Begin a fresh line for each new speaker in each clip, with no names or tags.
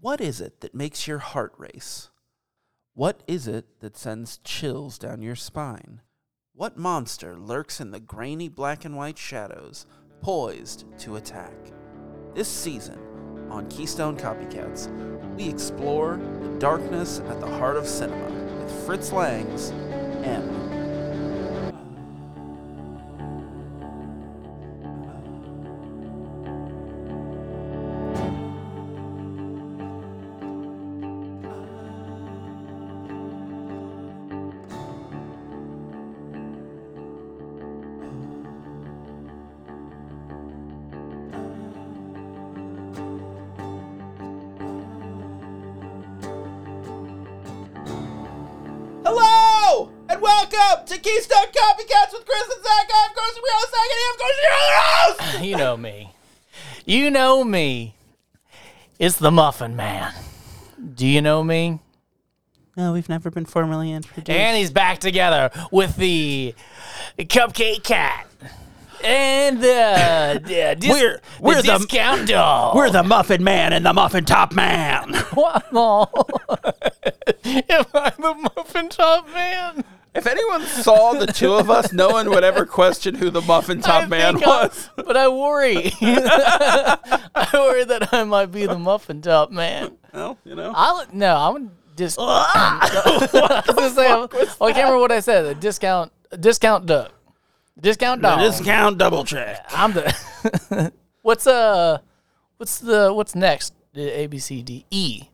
What is it that makes your heart race? What is it that sends chills down your spine? What monster lurks in the grainy black and white shadows, poised to attack? This season, on Keystone Copycats, we explore the darkness at the heart of cinema with Fritz Lang's M.
Hello and welcome to Keystone Copycats with Chris and Zach. I'm Carson Weir, Zach, and I'm Carson Weir, the host.
You know me. You know me. It's the Muffin Man. Do you know me?
No, Oh, we've never been formally introduced.
And he's back together with the Cupcake Cat and the, the dis-
We're-
the
we're the-
discount doll.
We're the Muffin Man and the Muffin Top Man.
Am I the Muffin Top Man?
If anyone saw the two of us, no one would ever question who the Muffin Top
I
Man
think uh, I'm-
was.
but I worry. I worry that I might be the Muffin Top Man.
Well, you know.
I would- no, I would just. I was gonna say, well, I can't remember what I said. A discount, a discount duck, discount dog.
Discount double check.
I'm the. what's uh, what's the what's next? The A B C D E,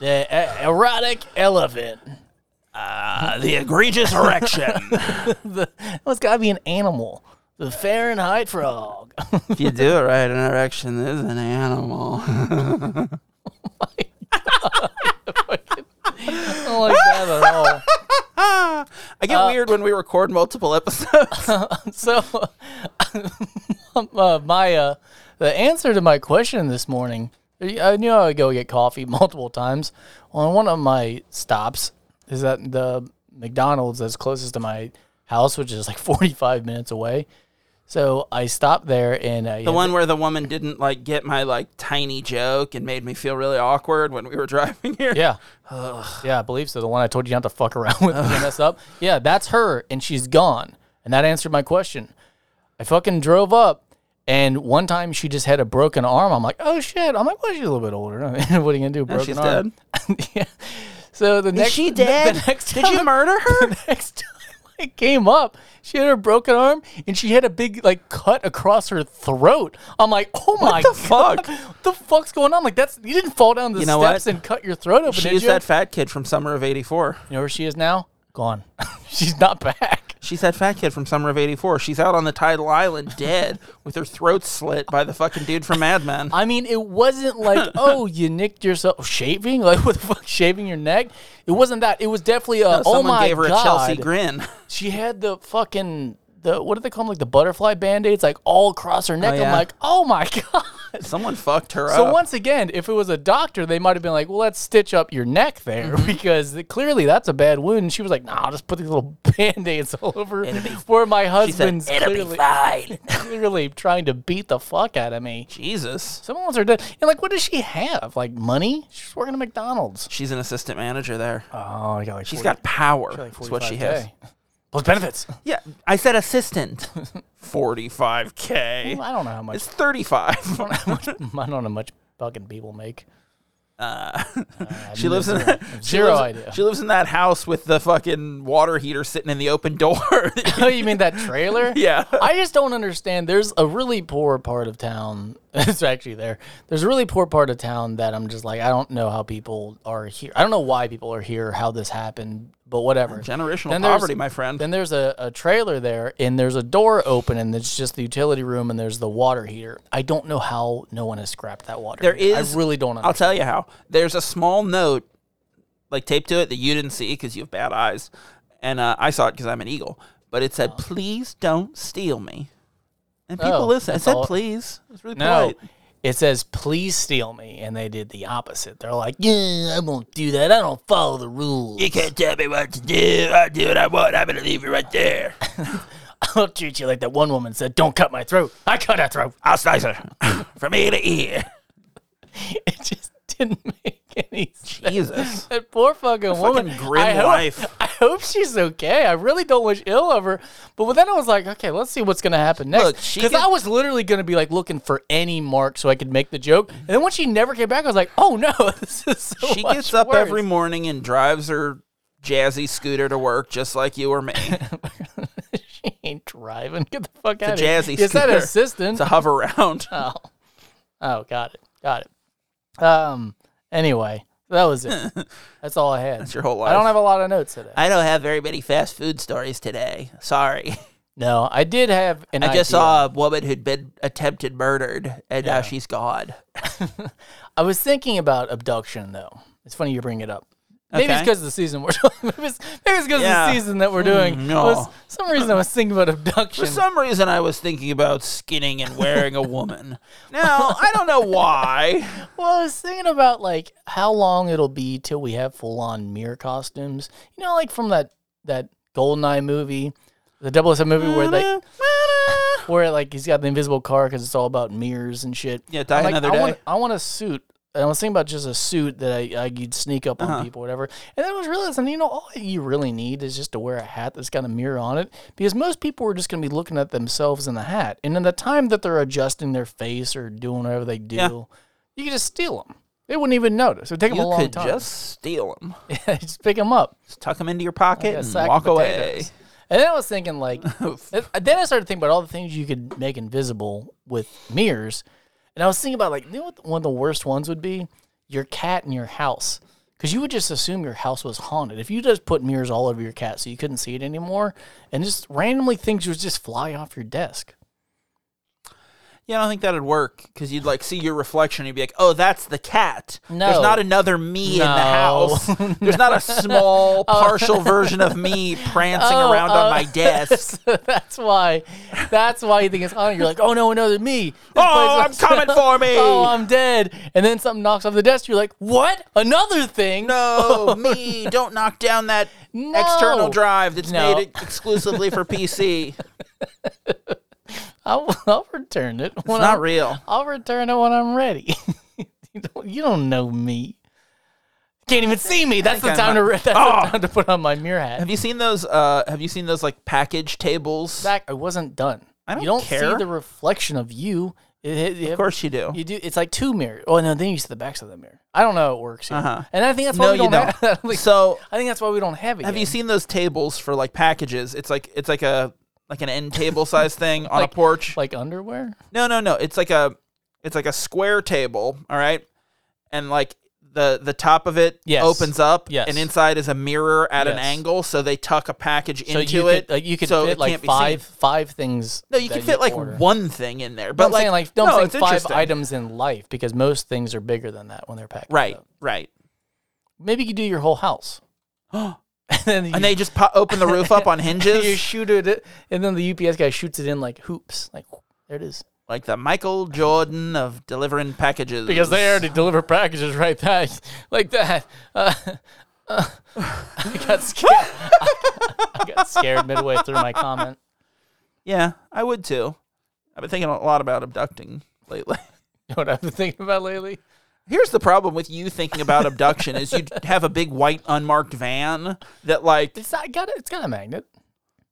the e- erotic elephant.
Uh, the egregious erection.
Well, it's gotta be an animal. The Fahrenheit frog.
if you do it right in erection, there's an animal.
I don't like that at all.
I
Uh,
get weird when we record multiple episodes.
So, uh, my uh, the answer to my question this morning, uh, I knew I would go get coffee multiple times. On one of my stops is at the McDonald's that's closest to my house, which is like forty five minutes away. So I stopped there and I
the one where the woman didn't like get my like tiny joke and made me feel really awkward when we were driving here.
yeah yeah I believe so. The one I told you not to fuck around with and mess up. Yeah, that's her, and she's gone. And that answered my question. I fucking drove up, and one time she just had a broken arm. I'm like, oh shit. I'm like, well, she's a little bit older. I mean, what are you gonna do? Broken
she's
arm. yeah. So the next
she
the-
dead?
The next
Did you
time-
murder her?
The next time I came up, she had her broken arm, and she had a big like cut across her throat. I'm like, oh my
the fuck?
God, what the fuck's going on? Like that's you didn't fall down the
You know
steps
what?
and cut your throat open. did
She's
you?
that fat kid from Summer of '84.
you know where she is now? Gone. She's not back.
She's that fat kid from Summer of '84. She's out on the tidal island, dead, with her throat slit by the fucking dude from Mad Men.
I mean, it wasn't like, oh, you nicked yourself shaving, like what the fuck, shaving your neck. It wasn't that. It was definitely a. oh
Someone
my
gave her
god!
a Chelsea grin.
she had the fucking the what do they call them? Like the butterfly band aids, like all across her neck.
yeah.
I'm like, oh my god.
Someone fucked her
So
up.
once again, if it was a doctor, they might have been like, "Well, let's stitch up your neck there because th- clearly that's a bad wound." And she was like, "Nah, I'll just put these little band-aids all over where my husband's clearly, clearly trying to beat the fuck out of me."
Jesus.
Someone wants her dead. And like, what does she have? Like money? She's working at McDonald's.
She's an assistant manager there.
Oh, I got like
She's
40
got power.
like
That's what she
45K.
has.
Plus benefits.
Yeah, I said assistant. 45K.
I don't know how much.
It's 35.
I don't know how much fucking people make.
She lives in she
Zero
lives-
idea.
She lives in that house with the fucking water heater sitting in the open door.
Oh, you mean that trailer?
Yeah.
I just don't understand. There's a really poor part of town. It's actually there. There's a really poor part of town that I'm just like, I don't know how people are here. I don't know why people are here, how this happened, but whatever.
Generational
Then there's-
poverty, my friend.
Then there's a, a trailer there, and there's a door open, and it's just the utility room, and there's the water heater. I don't know how no one has scrapped that water.
There
heater.
is-
I really don't
I'll
understand.
tell you how. There's a small note, like taped to it, that you didn't see because you have bad eyes, and uh, I saw it because I'm an eagle. But it said, "Please don't steal me," and people
Oh,
listen. It
that's
said,
all-
"Please." It was really
No.
polite.
It says, please steal me. And they did the opposite. They're like, yeah, I won't do that. I don't follow the rules.
can't tell me what to do. I do what I want. I'm gonna leave you right there.
I'll treat you like that one woman said, don't cut my throat. I cut her throat.
I'll slice her from ear to ear.
It just didn't make Denise.
Jesus.
That poor fucking woman.
fucking grim
I hope,
wife.
I hope she's okay. I really don't wish ill of her. But with that, I was like, okay, let's see what's gonna happen
Look,
next.
she
Because
can-
I was literally gonna be like looking for any mark so I could make the joke. And then when she never came back, I was like, oh no, this is so
She
much
gets up
worse.
every morning and drives her jazzy scooter to work just like you or me.
she ain't driving. Get the fuck out of
It's a
here.
jazzy
Is that
scooter.
assistant?
to hover around.
Oh, oh, got it, got it. Um. Anyway, that was it. That's all I had. That's
your whole
I don't
life.
have a lot of notes today.
I don't have very many fast food stories today. Sorry.
no, I did have an.
I uh, just
idea.
saw a woman who'd been attempted murdered and now she's gone.
I was thinking about abduction though. It's funny you bring it up. Maybe it's
Okay.
because of the season we're maybe it's because of
Yeah.
the season that we're doing.
Mm,
I was-
no.
some reason I was thinking about abduction.
For some reason, I was thinking about skinning and wearing a woman. Now, I don't know why.
Well, I was thinking about like how long it'll be till we have full on mirror costumes. You know, like from that that Goldeneye movie, the 007 movie where
Mm,
they where like he's got the invisible car because it's all about mirrors and shit.
Yeah, Die
I'm like,
Another
I
Day.
Want, I want a suit. And I was thinking about just a suit that I, I you'd sneak up
Uh-huh.
on people, whatever. And then I was realizing, you know, all you really need is just to wear a hat that's got a mirror on it, because most people are just going to be looking at themselves in the hat, and in the time that they're adjusting their face or doing whatever they do, you could just steal them. They wouldn't even notice. It would take them a
you
long
could
time.
just steal them,
just pick them up.
just tuck them into your
Yeah,
pocket
a
and
sack of
walk away.
potatoes. And then I was thinking, like, then I started thinking about all the things you could make invisible with mirrors. And I was thinking about, like, you know what one of the worst ones would be? Your cat in your house. Because you would just assume your house was haunted. If you just put mirrors all over your cat so you couldn't see it anymore, and just randomly things would just fly off your desk.
Yeah, I don't think that'd work because you'd like see your reflection. and You'd be like, "Oh, that's the cat."
No.
there's not another me in the house.
No.
There's not a small partial version of me prancing
Oh,
around
oh.
on my desk.
So that's why, that's why you think it's haunted. You're like, oh no, another me. This
oh, I'm
place was-
coming for me.
Oh, I'm dead. And then something knocks off the desk. You're like, what? Another thing?
no, Oh, me! Don't knock down that external
No.
drive that's
No.
made exclusively for PC. It's
I'll, I'll return it. When
not
I'm-
real.
I'll return it when I'm ready. you, don't, you don't know me. Can't even see me. That's the
think I'm
time to re- that's the
Oh!
time to put on my mirror hat.
Have you seen those? Uh, have you seen those like package tables?
Zach, I wasn't done.
I don't
you don't see
care.
the reflection of you. It- it- it-
of course you do.
You do. It's like two mirrors. Oh no, then you see the backs of the mirror. I don't know how it works. Here.
Uh-huh.
And I think that's why
no,
we
you
don't.
don't.
Have, I, don't think,
so
I think that's why we don't have it.
Have
yet.
you seen those tables for like packages? It's like it's like a like an end table size thing on
Like-
a porch.
like underwear?
no, no, no. It's like a it's like a square table, all right? And like the the top of it
Yes.
opens up
Yes.
and inside is a mirror at an
Yes.
angle so they tuck a package
So
into
you
it.
could like you could
so
fit
it
like
can't be seen.
five five things.
No, you
that
can fit like
order.
one thing in there.
But
But
I'm
like
saying like don't
no,
think
it's
five
interesting.
items in life because most things are bigger than that when they're packed.
Right,
up.
right.
Maybe you could do your whole house. and then you,
And they just pop, open the roof up on
you
hinges
shoot it and then the UPS guy shoots it in like hoops. Like there it is.
like the Michael Jordan of delivering packages.
Because they already deliver packages right back like that. Uh, uh, I got scared. I, got scared midway through my comment.
Yeah, I would too. I've been thinking a lot about abducting lately.
You know what I've been thinking about lately?
Here's the problem with you thinking about abduction is you have a big white unmarked van that like
It's not got a, it's got a magnet.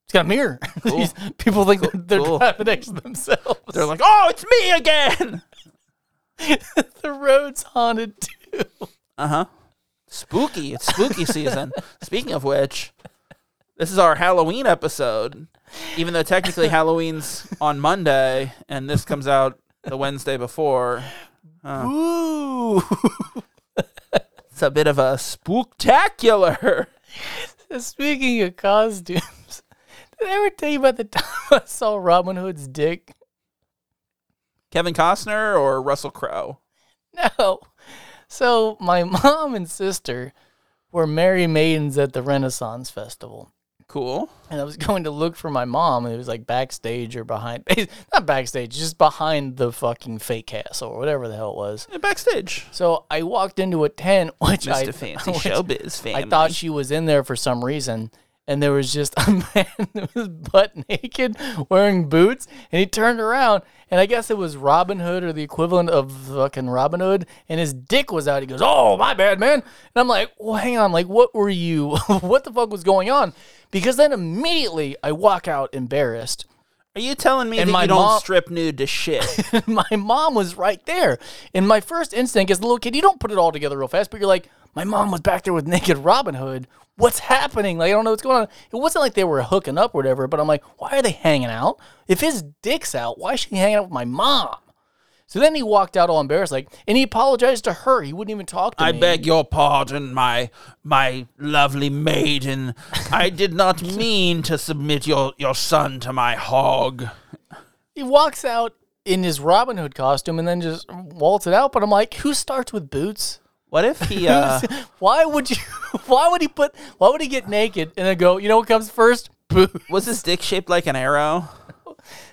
It's got a mirror. People think they're
Cool.
driving next to themselves.
they're like, "Oh, it's me again."
the road's haunted too.
Uh-huh. Spooky. It's spooky season. Speaking of which, this is our Halloween episode. Even though technically Halloween's on Monday and this comes out the Wednesday before.
Ooh.
It's a bit of a spooktacular.
Speaking of costumes, did I ever tell you about the time I saw Robin Hood's dick?
Kevin Costner or Russell Crowe?
No. So my mom and sister were merry maidens at the Renaissance Festival.
Cool.
and I was going to look for my mom, and it was like backstage or behind, not backstage, just behind the fucking fake castle or whatever the hell it was.
Yeah, backstage.
So I walked into a tent, which I
Mr. Fancy
which
Showbiz family.
I thought she was in there for some reason, and there was just a man that was butt naked wearing boots, and he turned around, and I guess it was Robin Hood or the equivalent of fucking Robin Hood, and his dick was out. He goes, "Oh, my bad, man," and I'm like, "Well, hang on, like, what were you? what the fuck was going on?" Because then immediately I walk out embarrassed.
Are you telling me
And
that
my
you don't
mom-
strip nude to shit?
my mom was right there. And my first instinct as a little kid, you don't put it all together real fast, but you're like, my mom was back there with naked Robin Hood. What's happening? Like, I don't know what's going on. It wasn't like they were hooking up or whatever, but I'm like, why are they hanging out? If his dick's out, why is she hanging out with my mom? So then he walked out all embarrassed, like, and he apologized to her. He wouldn't even talk to
I
me.
beg your pardon, my my lovely maiden. I did not mean to submit your, your son to my hog.
He walks out in his Robin Hood costume and then just waltz it out. But I'm like, who starts with boots?
What if he uh
Why would you? Why would he put? Why would he get naked and then go? You know what comes first? Boo!
was his dick shaped like an arrow?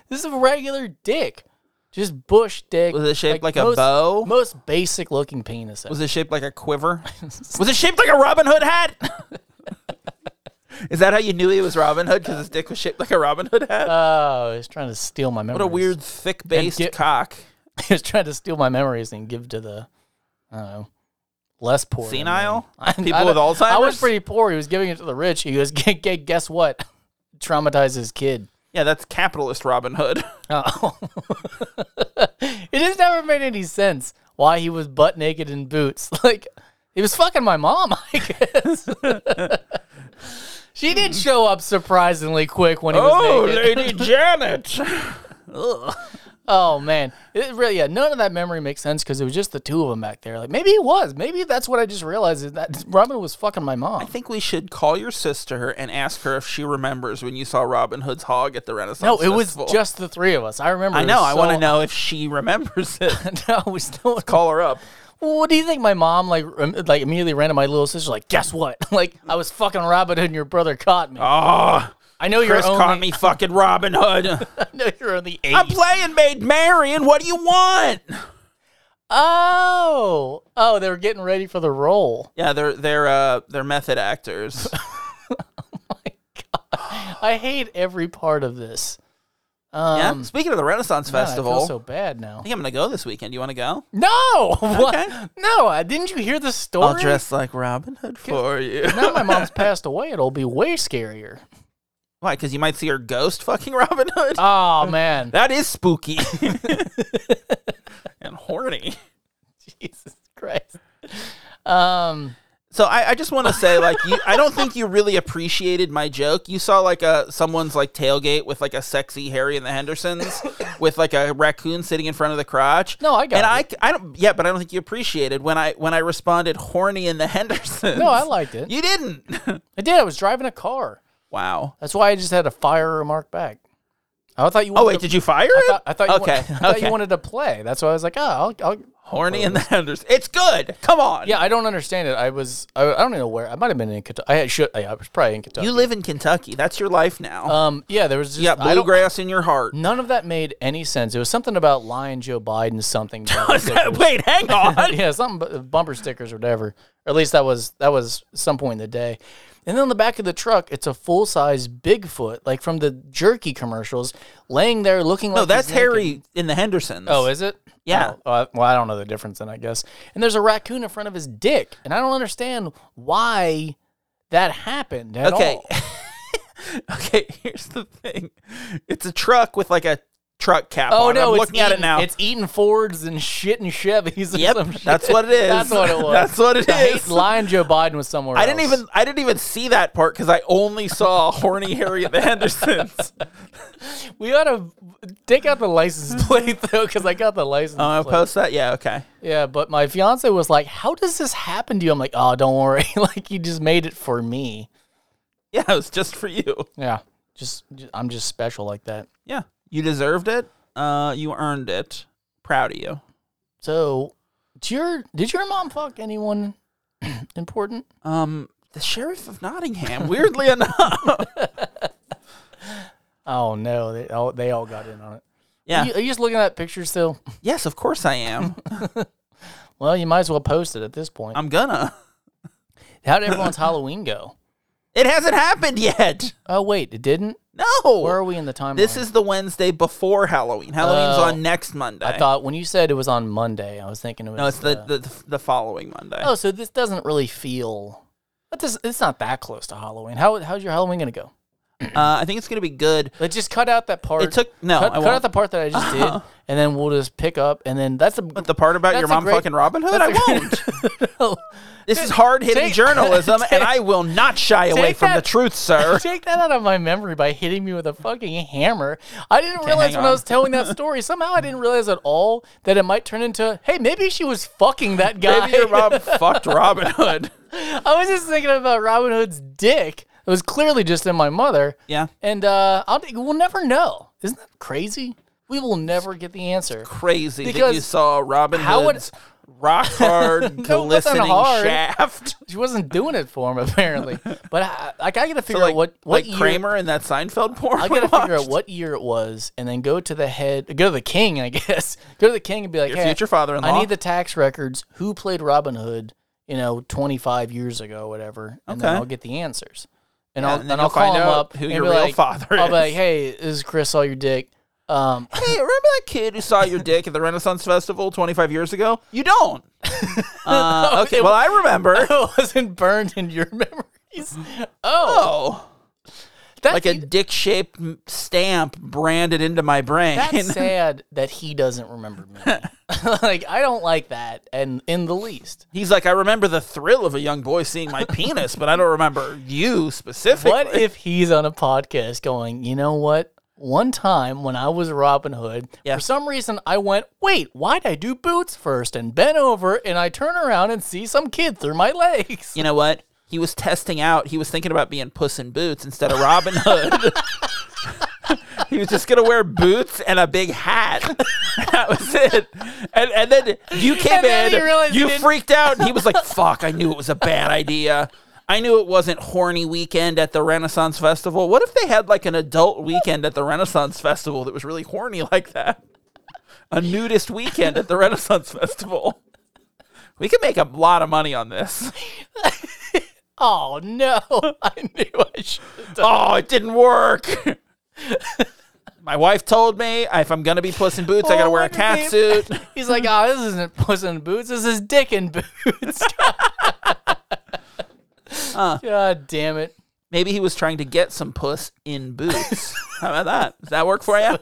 This is a regular dick, just bush dick.
Was it shaped like a
most-
bow?
Most basic looking penis.
Was it shaped like a quiver? was it shaped like a Robin Hood hat? Is that how you knew he was Robin Hood? Because his dick was shaped like a Robin Hood hat?
oh, he's trying to steal my memories.
what a weird thick based
get-
cock.
he's trying to steal my memories and give to the, I don't know, less poor. than
Senile?
me. I-
People
I don't-
with Alzheimer's?
I was pretty poor. He was giving it to the rich. He goes, "Gu- gu- guess what? Traumatize his kid.
Yeah, that's capitalist Robin Hood.
Oh. it just never made any sense why he was butt naked in boots. Like he was fucking my mom, I guess. she did show up surprisingly quick when he was
Oh,
naked.
Janet.
Oh man, it really yeah. None of that memory makes sense because it was just the two of them back there. Like maybe it was. Maybe that's what I just realized is that Robin was fucking my mom.
I think we should call your sister and ask her if she remembers when you saw Robin Hood's hog at the Renaissance.
No, it was
Festival.
just the three of us. I remember.
I know. I want to
to
know if she remembers it.
know. no, we still
call her up.
Well, what do you think my mom like rem- like immediately ran to my little sister like guess what like I was fucking Robin Hood and your brother caught me.
Oh,
I know you're
Chris caught
Ah, only
me fucking Robin Hood.
I know you're only eight.
I'm playing Maid Marian. What do you want?
oh oh they were getting ready for the role.
Yeah, they're they're uh they're method actors.
I hate every part of this.
yeah.
Um,
Speaking of the Renaissance
God, I
Festival,
feel so bad now.
I think I'm gonna go this weekend. You want to go?
No, what?
Okay.
no, I- didn't you hear the story?
I'll dress like Robin Hood for you.
now my mom's passed away. It'll be way scarier.
Why? Because you might see her ghost fucking Robin Hood.
Oh man,
That is spooky and horny.
Jesus Christ. Um.
So I, I just want to say, like, you, I don't think you really appreciated my joke. You saw like a someone's like tailgate with like a sexy Harry and the Hendersons with like a raccoon sitting in front of the crotch.
No, I got
and I, I don't. Yeah, but I don't think you appreciated when I when I responded horny and the Hendersons.
No, I liked it.
You didn't.
I did. I was driving a car.
wow.
That's why I just had to fire remark back. I thought you. Wanted
Oh wait,
to,
did you fire
I
it?
thought, I thought you
okay.
wanted, I thought
okay.
you wanted to play. That's why I was like, oh, I'll, I'll.
horny and the Hendersons. It's good. Come on.
Yeah, I don't understand it. I was. I, I don't even know where. I might have been in Kentucky. I had- should. I, I was probably in Kentucky.
You live in Kentucky. That's your life now.
Um. Yeah, there was. Just,
you got
I don't-
bluegrass in your heart.
None of that made any sense. It was something about lying Joe Biden something. bumper stickers.
Wait, hang on.
yeah, something bu- bumper stickers or whatever. Or at least that was that was some point in the day. And then on the back of the truck, it's a full size Bigfoot, like from the jerky commercials, laying there looking like
No, that's
he's naked.
Harry in the Hendersons.
Oh, is it?
Yeah.
Oh, I- well, I don't know the difference then, I guess. And there's a raccoon in front of his dick, and I don't understand why that happened at
okay.
all.
okay, here's the thing. It's a truck with like a truck cap
Oh
on.
no,
I'm
it's
looking at it
eating-
now.
It's eating Fords and shit and Chevys. or
yep,
some shit.
that's what it is.
That's what it was.
That's what it
I hate
is.
lying Joe Biden was somewhere.
I didn't
else.
even I didn't even see that part because I only saw horny Harry and the Hendersons.
We ought to take out the license plate though, because I got the license
I'm
plate.
gonna post that. Yeah, okay.
yeah, but my fiance was like, "How does this happen to you?" I'm like, "Oh, don't worry. like you just made it for me.
Yeah, it was just for you.
Yeah, just, just I'm just special like that."
Yeah, you deserved it. Uh, you earned it. Proud of you.
So, did your did your mom fuck anyone important?
Um, the sheriff of Nottingham. Weirdly enough.
Oh no, they all they all got in on it.
Yeah.
You- are you just looking at pictures still?
yes, of course I am.
Well, you might as well post it at this point.
I'm gonna.
How did everyone's Halloween go?
It hasn't happened yet.
Oh wait, it didn't.
No.
Where are we in the timeline?
This is the Wednesday before Halloween. Halloween's
Oh.
on next Monday.
I thought when you said it was on Monday, I was thinking it was.
No, it's the, the, the following Monday.
oh, so this doesn't really feel. But this it's not that close to Halloween. How how's your Halloween gonna go?
Uh, I think it's going to be good.
Let's just cut out that part.
It took no.
cut,
I
cut
won't.
out the part that I just did, and then we'll just pick up, and then that's a.
the part about your
That's a
mom
great-
fucking Robin Hood. I won't.
won't.
This is hard hitting
Take-
journalism, and I will not shy away
take
from the
that-
truth, sir.
Take that out of my memory by hitting me with a fucking hammer. I didn't realize
hang
when I
on.
was telling that story. Somehow I didn't realize at all that it might turn into, hey, maybe she was fucking that guy.
Maybe your mom fucked Robin Hood.
I was just thinking about Robin Hood's dick. It was clearly just in my mother.
Yeah.
And uh, I'll, we'll never know. Isn't that crazy? We will never get the answer.
Crazy that you
Because
saw Robin
how would-
Hood's rock hard glistening
hard.
shaft.
She wasn't doing it for him apparently. But I, like, I gotta figure
like
out what what
like
year,
Kramer in that Seinfeld porn.
I
we
gotta figure out
watched.
what year it was, and then go to the head, go to the king, I guess. Go to the king and be like,
Your
hey,
future father-in-law.
I need the tax records. Who played Robin Hood? You know, twenty five years ago, whatever. And then
Okay.
I'll get the answers. And
Yeah,
I'll
and then
then I'll
you'll find
call him
out
up.
who
and
your
be
real
like-
father
I'll be like,
is.
hey, this is Chris all your dick? Um,
Hey, remember that kid who saw your dick at the Renaissance Festival 25 years ago? You don't. Uh, okay, well, I remember.
it wasn't burned in your memories. Oh,
Oh,
that's
like
e-,
a dick shaped stamp branded into my brain.
That's sad that he doesn't remember me. like I don't like that, and in the least.
He's like, I remember the thrill of a young boy seeing my penis, but I don't remember you specifically.
What if he's on a podcast going, you know what? One time when I was Robin Hood,
Yeah.
for some reason I went, wait, why'd I do boots first? And bent over, and I turn around and see some kid through my legs.
You know what? He was testing out. He was thinking about being Puss in Boots instead of Robin Hood. he was just gonna wear boots and a big hat. that was it. And and then you came
And then he
in.
realized he
You
didn't-
freaked out. And he was like, "Fuck! I knew it was a bad idea." I knew it wasn't horny weekend at the Renaissance Festival. What if they had like an adult weekend at the Renaissance Festival that was really horny like that? A nudist weekend at the Renaissance Festival. We could make a lot of money on this.
Oh no! I knew I should.
Oh, it didn't work. My wife told me if I'm gonna be puss in boots, I gotta
Oh,
wear a
what did
cat
they-
suit.
He's like, oh, this isn't Puss in Boots. This is Dick in Boots. God damn it!
Maybe he was trying to get some puss in boots. How about that? Does that work for you?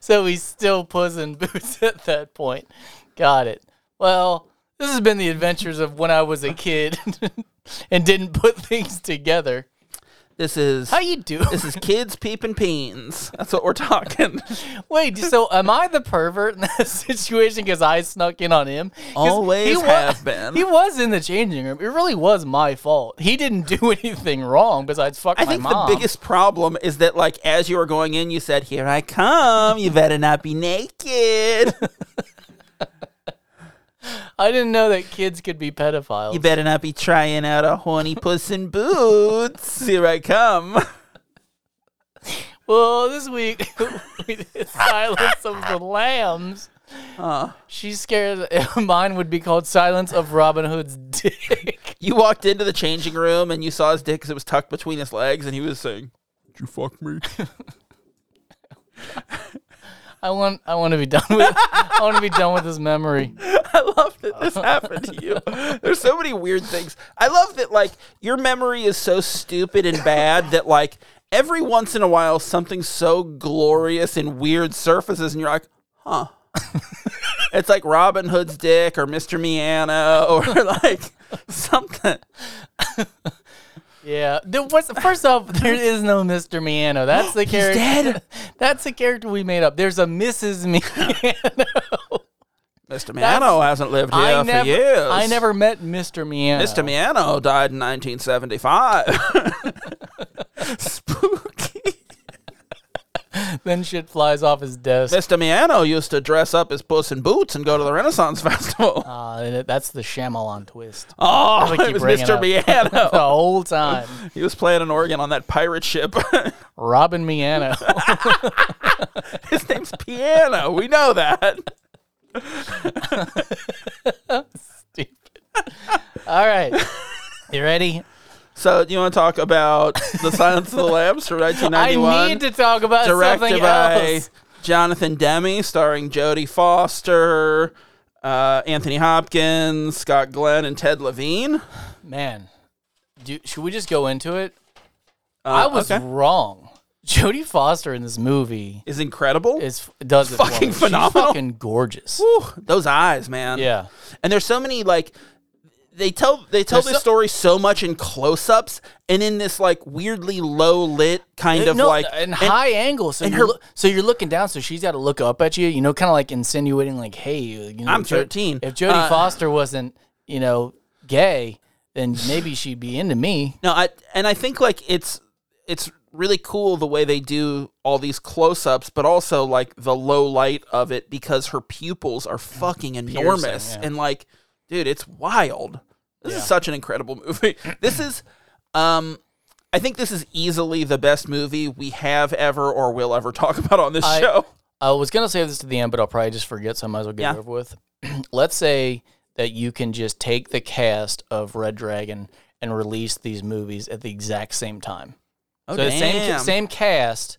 so he's still Puss in Boots at that point. Got it. Well, this has been the adventures of when I was a kid and didn't put things together.
This is
How you do?
this is kids peeping peens. That's what we're talking.
Wait, so am I the pervert in that situation because I snuck in on him? 'Cause
Always
wa-
have been.
He was in the changing room. It really was my fault. He didn't do anything wrong besides fuck
I
my
think
mom.
the biggest problem is that like as you were going in, you said, "Here I come. You better not be naked.
I didn't know that kids could be pedophiles.
You better not be trying out a horny puss in boots. Here I come."
Well, this week we did Silence of the Lambs. She scared. Mine would be called Silence of Robin Hood's Dick.
You walked into the changing room and you saw his dick because it was tucked between his legs, and he was saying, "Did you fuck me?"
I want. I want to be done with. I want to be done with this memory.
I love that this happened to you. There's so many weird things. I love that like your memory is so stupid and bad that like every once in a while something so glorious and weird surfaces, and you're like, "Huh." it's like Robin Hood's dick or Mr. Miano or like something.
Yeah. The- what's- first off, there is no Mr. Miano. That's the character.
dead?
That's the character we made up. There's a Mrs. Miano.
Mr. Miano hasn't lived here
I
for
never.
years.
I never met Mr. Miano.
Mr. Miano died in 1975. Spooky.
Then shit flies off his desk.
Mr. Miano used to dress up as Puss in Boots and go to the Renaissance Festival.
Ah, and it- that's the Shyamalan twist.
Oh,
keep
it was
bringing
Mr.
The
Miano.
whole time.
he was playing an organ on that pirate ship.
Robin Miano.
His name's Piano. We know that.
All right. You ready?
So, do you want to talk about The Silence of the Lambs from
I
1991?
need to talk about
directed
something
by
else.
Jonathan Demme, starring Jodie Foster, uh, Anthony Hopkins, Scott Glenn, and Ted Levine. Uh,
Man, do, should we just go into it? I was
Uh, okay.
wrong. Jodie Foster in this movie
is incredible.
is does it for
Fucking
me. She's
phenomenal.
fucking gorgeous.
Whew, those eyes, man.
Yeah,
and there's so many like they tell they tell
There's
this
so-
story so much in close-ups and in this like weirdly low lit kind of
Uh, no,
like
and
and-
high angle. So
and
you're
her-
loo- so you're looking down. So she's got to look up at you. You know, kind of like insinuating, like, "Hey, you know,
I'm
if Jo-
13.
If Jodie
Uh,
Foster wasn't, you know, gay, then maybe she'd be into me."
no I and I think like it's it's really cool the way they do all these close-ups but also like the low light of it because her pupils are fucking enormous
yeah.
and like dude it's wild this
Yeah.
is such an incredible movie this is um I think this is easily the best movie we have ever or will ever talk about on this
I-
show.
I was gonna save this to the end, but I'll probably just forget, so I might as well get it
Yeah.
over with. Let's say that you can just take the cast of Red Dragon and release these movies at the exact same time.
Oh,
so the same
damn.
same cast,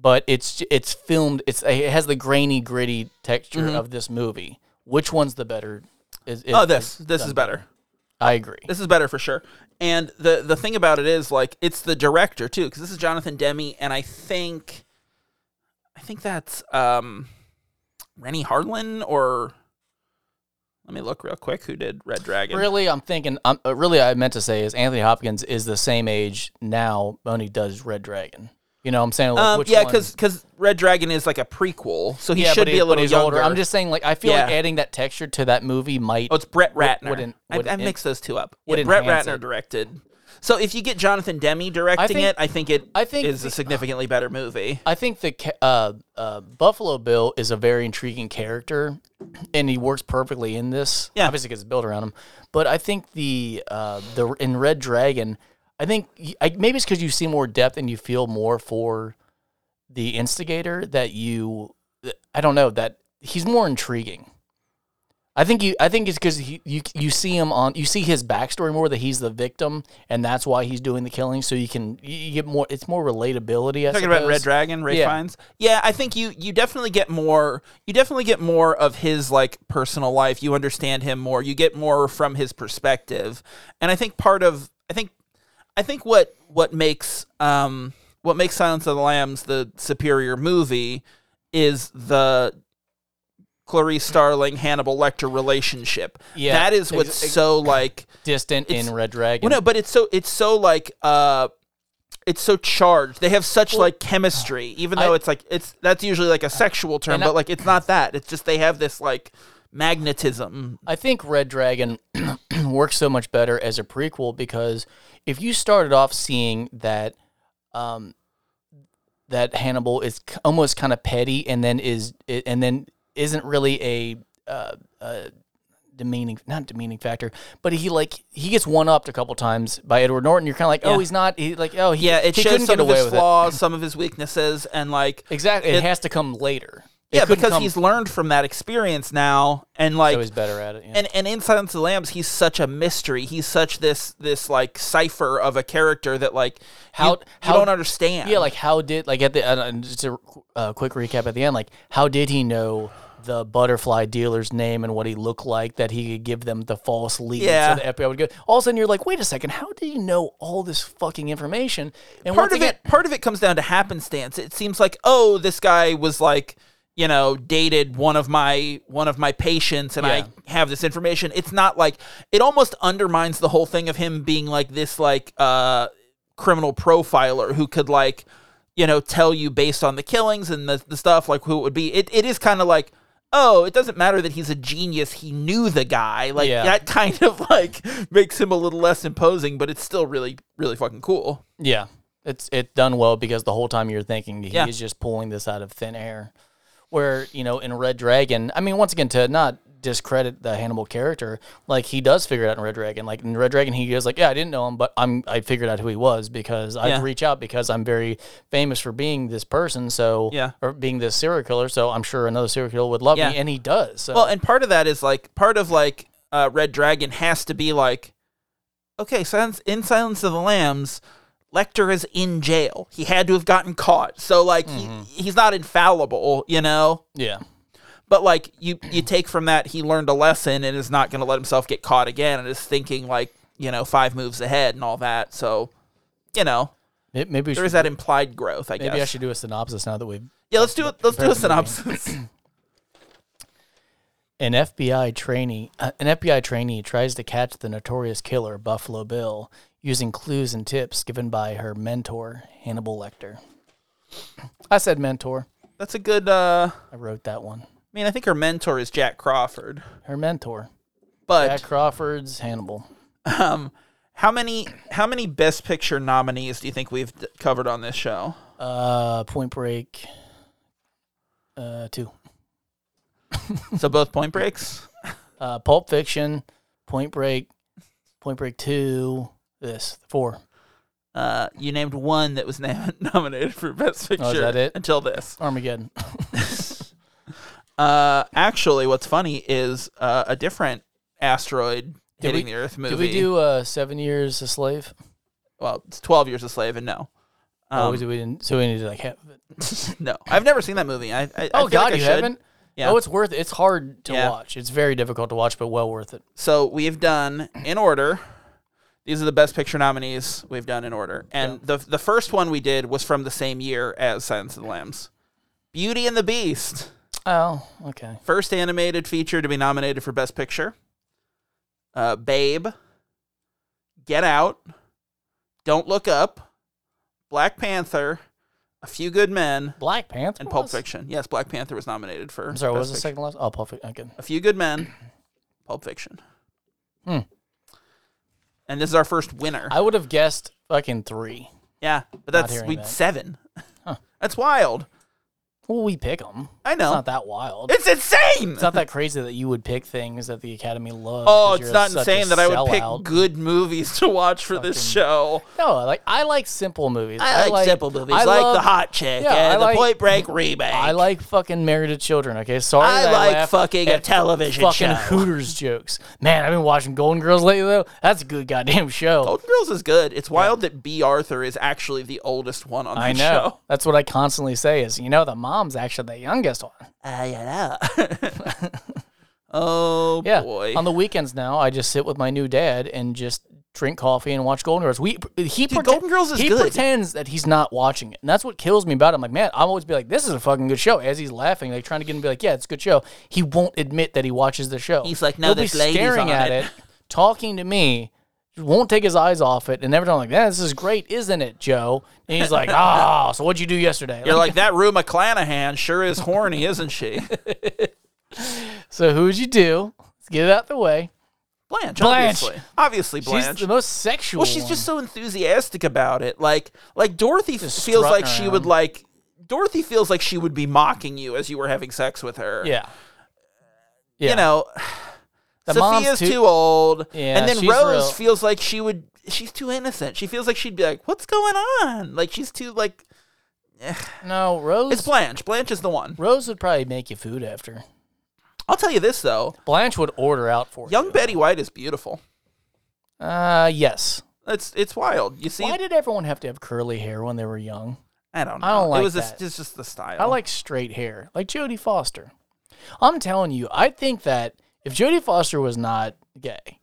but it's it's filmed. It's it has the grainy, gritty texture of this movie. Which one's the better? Is, is-
Mm-hmm. Oh, this this
done
is better.
I agree.
This is better for sure. And the the thing about it is like it's the director too, because this is Jonathan Demme, and I think, I think that's um, Rennie Harlan or. Let me look real quick. Who did Red Dragon?
Really, I'm thinking. I'm, uh, really, I meant to say is Anthony Hopkins is the same age now when he does Red Dragon. You know, what I'm saying like,
Um,
which
yeah,
one-
because Red Dragon is like a prequel, so he should
but
be
he-
a
but
little
he's
younger.
I'm just saying, like, I feel like
Yeah.
adding that texture to that movie might.
Oh, it's Brett
Would-
Ratner.
wouldn't-
I, I
wouldn't-
mixed those two up.
would
Yeah, Brett
enhance
Ratner
it.
directed. So if you get Jonathan Demme directing
think-
it, I think it
I think
is
the-
a significantly better movie.
I think the ca- uh, uh, Buffalo Bill is a very intriguing character, and he works perfectly in this.
Yeah.
obviously, because it's built around him. But I think the uh, the in Red Dragon, I think y- I, maybe it's because you see more depth and you feel more for the instigator that you. I don't know that he's more intriguing. I think you. I think it's because you you see him on you see his backstory more that he's the victim and that's why he's doing the killing. So you can you- you get more. It's more relatability. I
talking
suppose.
about Red Dragon, Ray
Yeah.
Fiennes. Yeah, I think you you definitely get more. You definitely get more of his like personal life. You understand him more. You get more from his perspective, and I think part of I think I think what what makes um what makes Silence of the Lambs the superior movie is the Clarice Starling Hannibal Lecter relationship.
Yeah.
that is what's
Ex- ex-
so like
distant
It's-
in Red Dragon.
well, no, but it's so it's so like uh, it's so charged. They have such like chemistry, even though
I- Uh,
it's like it's that's usually like a sexual term,
And I-
but like it's not that. It's just they have this like magnetism.
I think Red Dragon works so much better as a prequel because if you started off seeing that um, that Hannibal is k- almost kind of petty and then is i- and then isn't really a uh, uh, demeaning not demeaning factor, but he like he gets one upped a couple times by Edward Norton. You're kind of like, oh,
Yeah.
he's not he, like oh he,
Yeah, it
he
shows
couldn't
some
get
of
away
his
with
flaws, some of his weaknesses, and like
it. Exactly, it,
It-
has to come later. It
yeah,
couldn't
because
come-
he's learned from that experience now, and like
so he's better at it. yeah.
and and in Silence of the Lambs, he's such a mystery. He's such this this like cipher of a character that like
How-
you, you
how-
don't understand.
Yeah, like how did like at the uh, uh, just a uh, quick recap at the end, like how did he know the butterfly dealer's name and what he looked like that he could give them the false lead?
Yeah.
so the FBI would go. All of a sudden, you're like, wait a second, how did he know all this fucking information? And
part
once
of
again,
it part of it comes down to happenstance. It seems like oh, this guy was like you know dated one of my one of my patients and
Yeah.
I have this information. It's not like it almost undermines the whole thing of him being like this like uh criminal profiler who could like you know tell you based on the killings and the, the stuff like who it would be. It it is kind of like Oh, it doesn't matter that he's a genius. He knew the guy. Like
Yeah.
that kind of like makes him a little less imposing, but it's still really, really fucking cool.
yeah, it's it done well because the whole time you're thinking he
Yeah.
is just pulling this out of thin air. Where you know in Red Dragon, I mean, once again to not discredit the Hannibal character, like he does figure it out in Red Dragon. Like in Red Dragon, he goes like, "Yeah, I didn't know him, but I'm I figured out who he was because I
Yeah.
reach out because I'm very famous for being this person, so
Yeah.
or being this serial killer. So I'm sure another serial killer would love
Yeah.
me, and he does. So
Well, and part of that is like part of like uh, Red Dragon has to be like okay, silence, in Silence of the Lambs, Lecter is in jail. He had to have gotten caught. So like he, he's not infallible, you know.
Yeah.
But like you you take from that he learned a lesson and is not going to let himself get caught again and is thinking like, you know, five moves ahead and all that. So, you know,
May- Maybe we
there
should,
is that implied growth, I
maybe
guess.
I should do a synopsis now that we've
yeah, let's do it. Let's do a
Compare the movie.
synopsis.
An FBI trainee, uh, an FBI trainee tries to catch the notorious killer Buffalo Bill using clues and tips given by her mentor Hannibal Lecter. I said mentor.
That's a good uh
I wrote that one.
I mean, I think her mentor is Jack Crawford.
Her mentor,
But
Jack Crawford's Hannibal.
um how many how many best picture nominees do you think we've d- covered on this show?
Uh, Point Break. Uh, two.
So both Point Breaks.
Uh, Pulp Fiction, Point Break, Point Break Two. This four.
Uh, you named one that was nam- nominated for Best Picture.
Oh, is that it?
Until this.
Armageddon.
Uh, actually, what's funny is uh, a different asteroid
Did
hitting
we-
the Earth movie.
Did we do uh, Seven Years a Slave?
Well, it's 12 Years a Slave, and no.
oh,
Um,
we, did- we didn't. So we need to like have
no. I've never seen that movie. I, I, I
Oh
feel
God,
like I
you
should.
haven't?
Yeah.
Oh, it's worth. It's hard to
Yeah.
watch. It's very difficult to watch, but well worth it.
So we've done in order. These are the best picture nominees we've done in order. And the the first one we did was from the same year as Silence of the Lambs. Beauty and the Beast.
Oh, okay.
First animated feature to be nominated for Best Picture. Uh, Babe. Get Out. Don't Look Up. Black Panther. A Few Good Men.
Black Panther
And Pulp
was?
Fiction. Yes, Black Panther was nominated for.
I'm sorry, what
Best
was the
Picture.
second last? Oh, Pulp Fiction. Okay.
A Few Good Men. Pulp Fiction.
Hmm.
And this is our first winner.
I would have guessed fucking three.
yeah, but that's
hearing
we
that.
seven.
Huh.
That's wild.
Well, we pick them.
I
It's
know.
not that wild.
It's insane.
It's not that crazy that you would pick things that the Academy loves.
oh,
'cause
it's
you're
not
such a
insane that I would pick
sellout.
good movies to watch for this
Fucking-
show.
No, like I like simple movies.
I like, simple movies,
I
like
love-
the Hot Chick
yeah, I
and
like-
the Point Break remake.
I like fucking Married to Children. Okay, sorry.
I
that
like
laughed
fucking a
at fu-
television
fucking
show.
Hooters jokes. Man, I've been watching Golden Girls lately though. That's a good goddamn show.
Golden Girls is good. It's wild that B. Arthur is actually the oldest one on the
I know.
show.
That's what I constantly say is, you know, the mom's actually the youngest one.
oh
Yeah.
boy.
On the weekends now, I just sit with my new dad and just drink coffee and watch Golden Girls. We he prete-
Golden Girls is
he
good.
pretends that he's not watching it, and that's what kills me about it. I'm like, man, I'm always be like, this is a fucking good show. As he's laughing, like trying to get him to be like, yeah, it's a good show. He won't admit that he watches the show.
He's like, no,
He'll be
this lady's
staring
on
at
it.
it, talking to me. Won't take his eyes off it, and every time I'm like, "Man, this is great, isn't it, Joe?" And he's like, "Ah, so what'd you do yesterday?"
You're like that Rue McClanahan sure is horny, isn't she?
So who'd you do? Let's get it out the way.
Blanche,
Blanche.
obviously. Obviously Blanche.
She's the most sexual.
well, she's
one.
just so enthusiastic about it. Like like Dorothy f-
Just
feels like
strutting
she
around.
would like Dorothy feels like she would be mocking you as you were having sex with her.
yeah.
You know,
the mom's
Sophia's too, old.
Yeah,
and then
she's
Rose
real-
feels like she would she's too innocent. She feels like she'd be like, What's going on? Like she's too like
No, Rose.
it's Blanche. Blanche is the one.
Rose would probably make you food after.
I'll tell you this though.
Blanche would order out for
Young Betty White is beautiful.
you. Uh, yes.
It's it's wild. You see
Why did everyone have to have curly hair when they were young?
I don't know.
I don't
it
like
was just-
that.
it's just the style.
I like straight hair, like Jodie Foster. I'm telling you, I think that if Jodie Foster was not gay,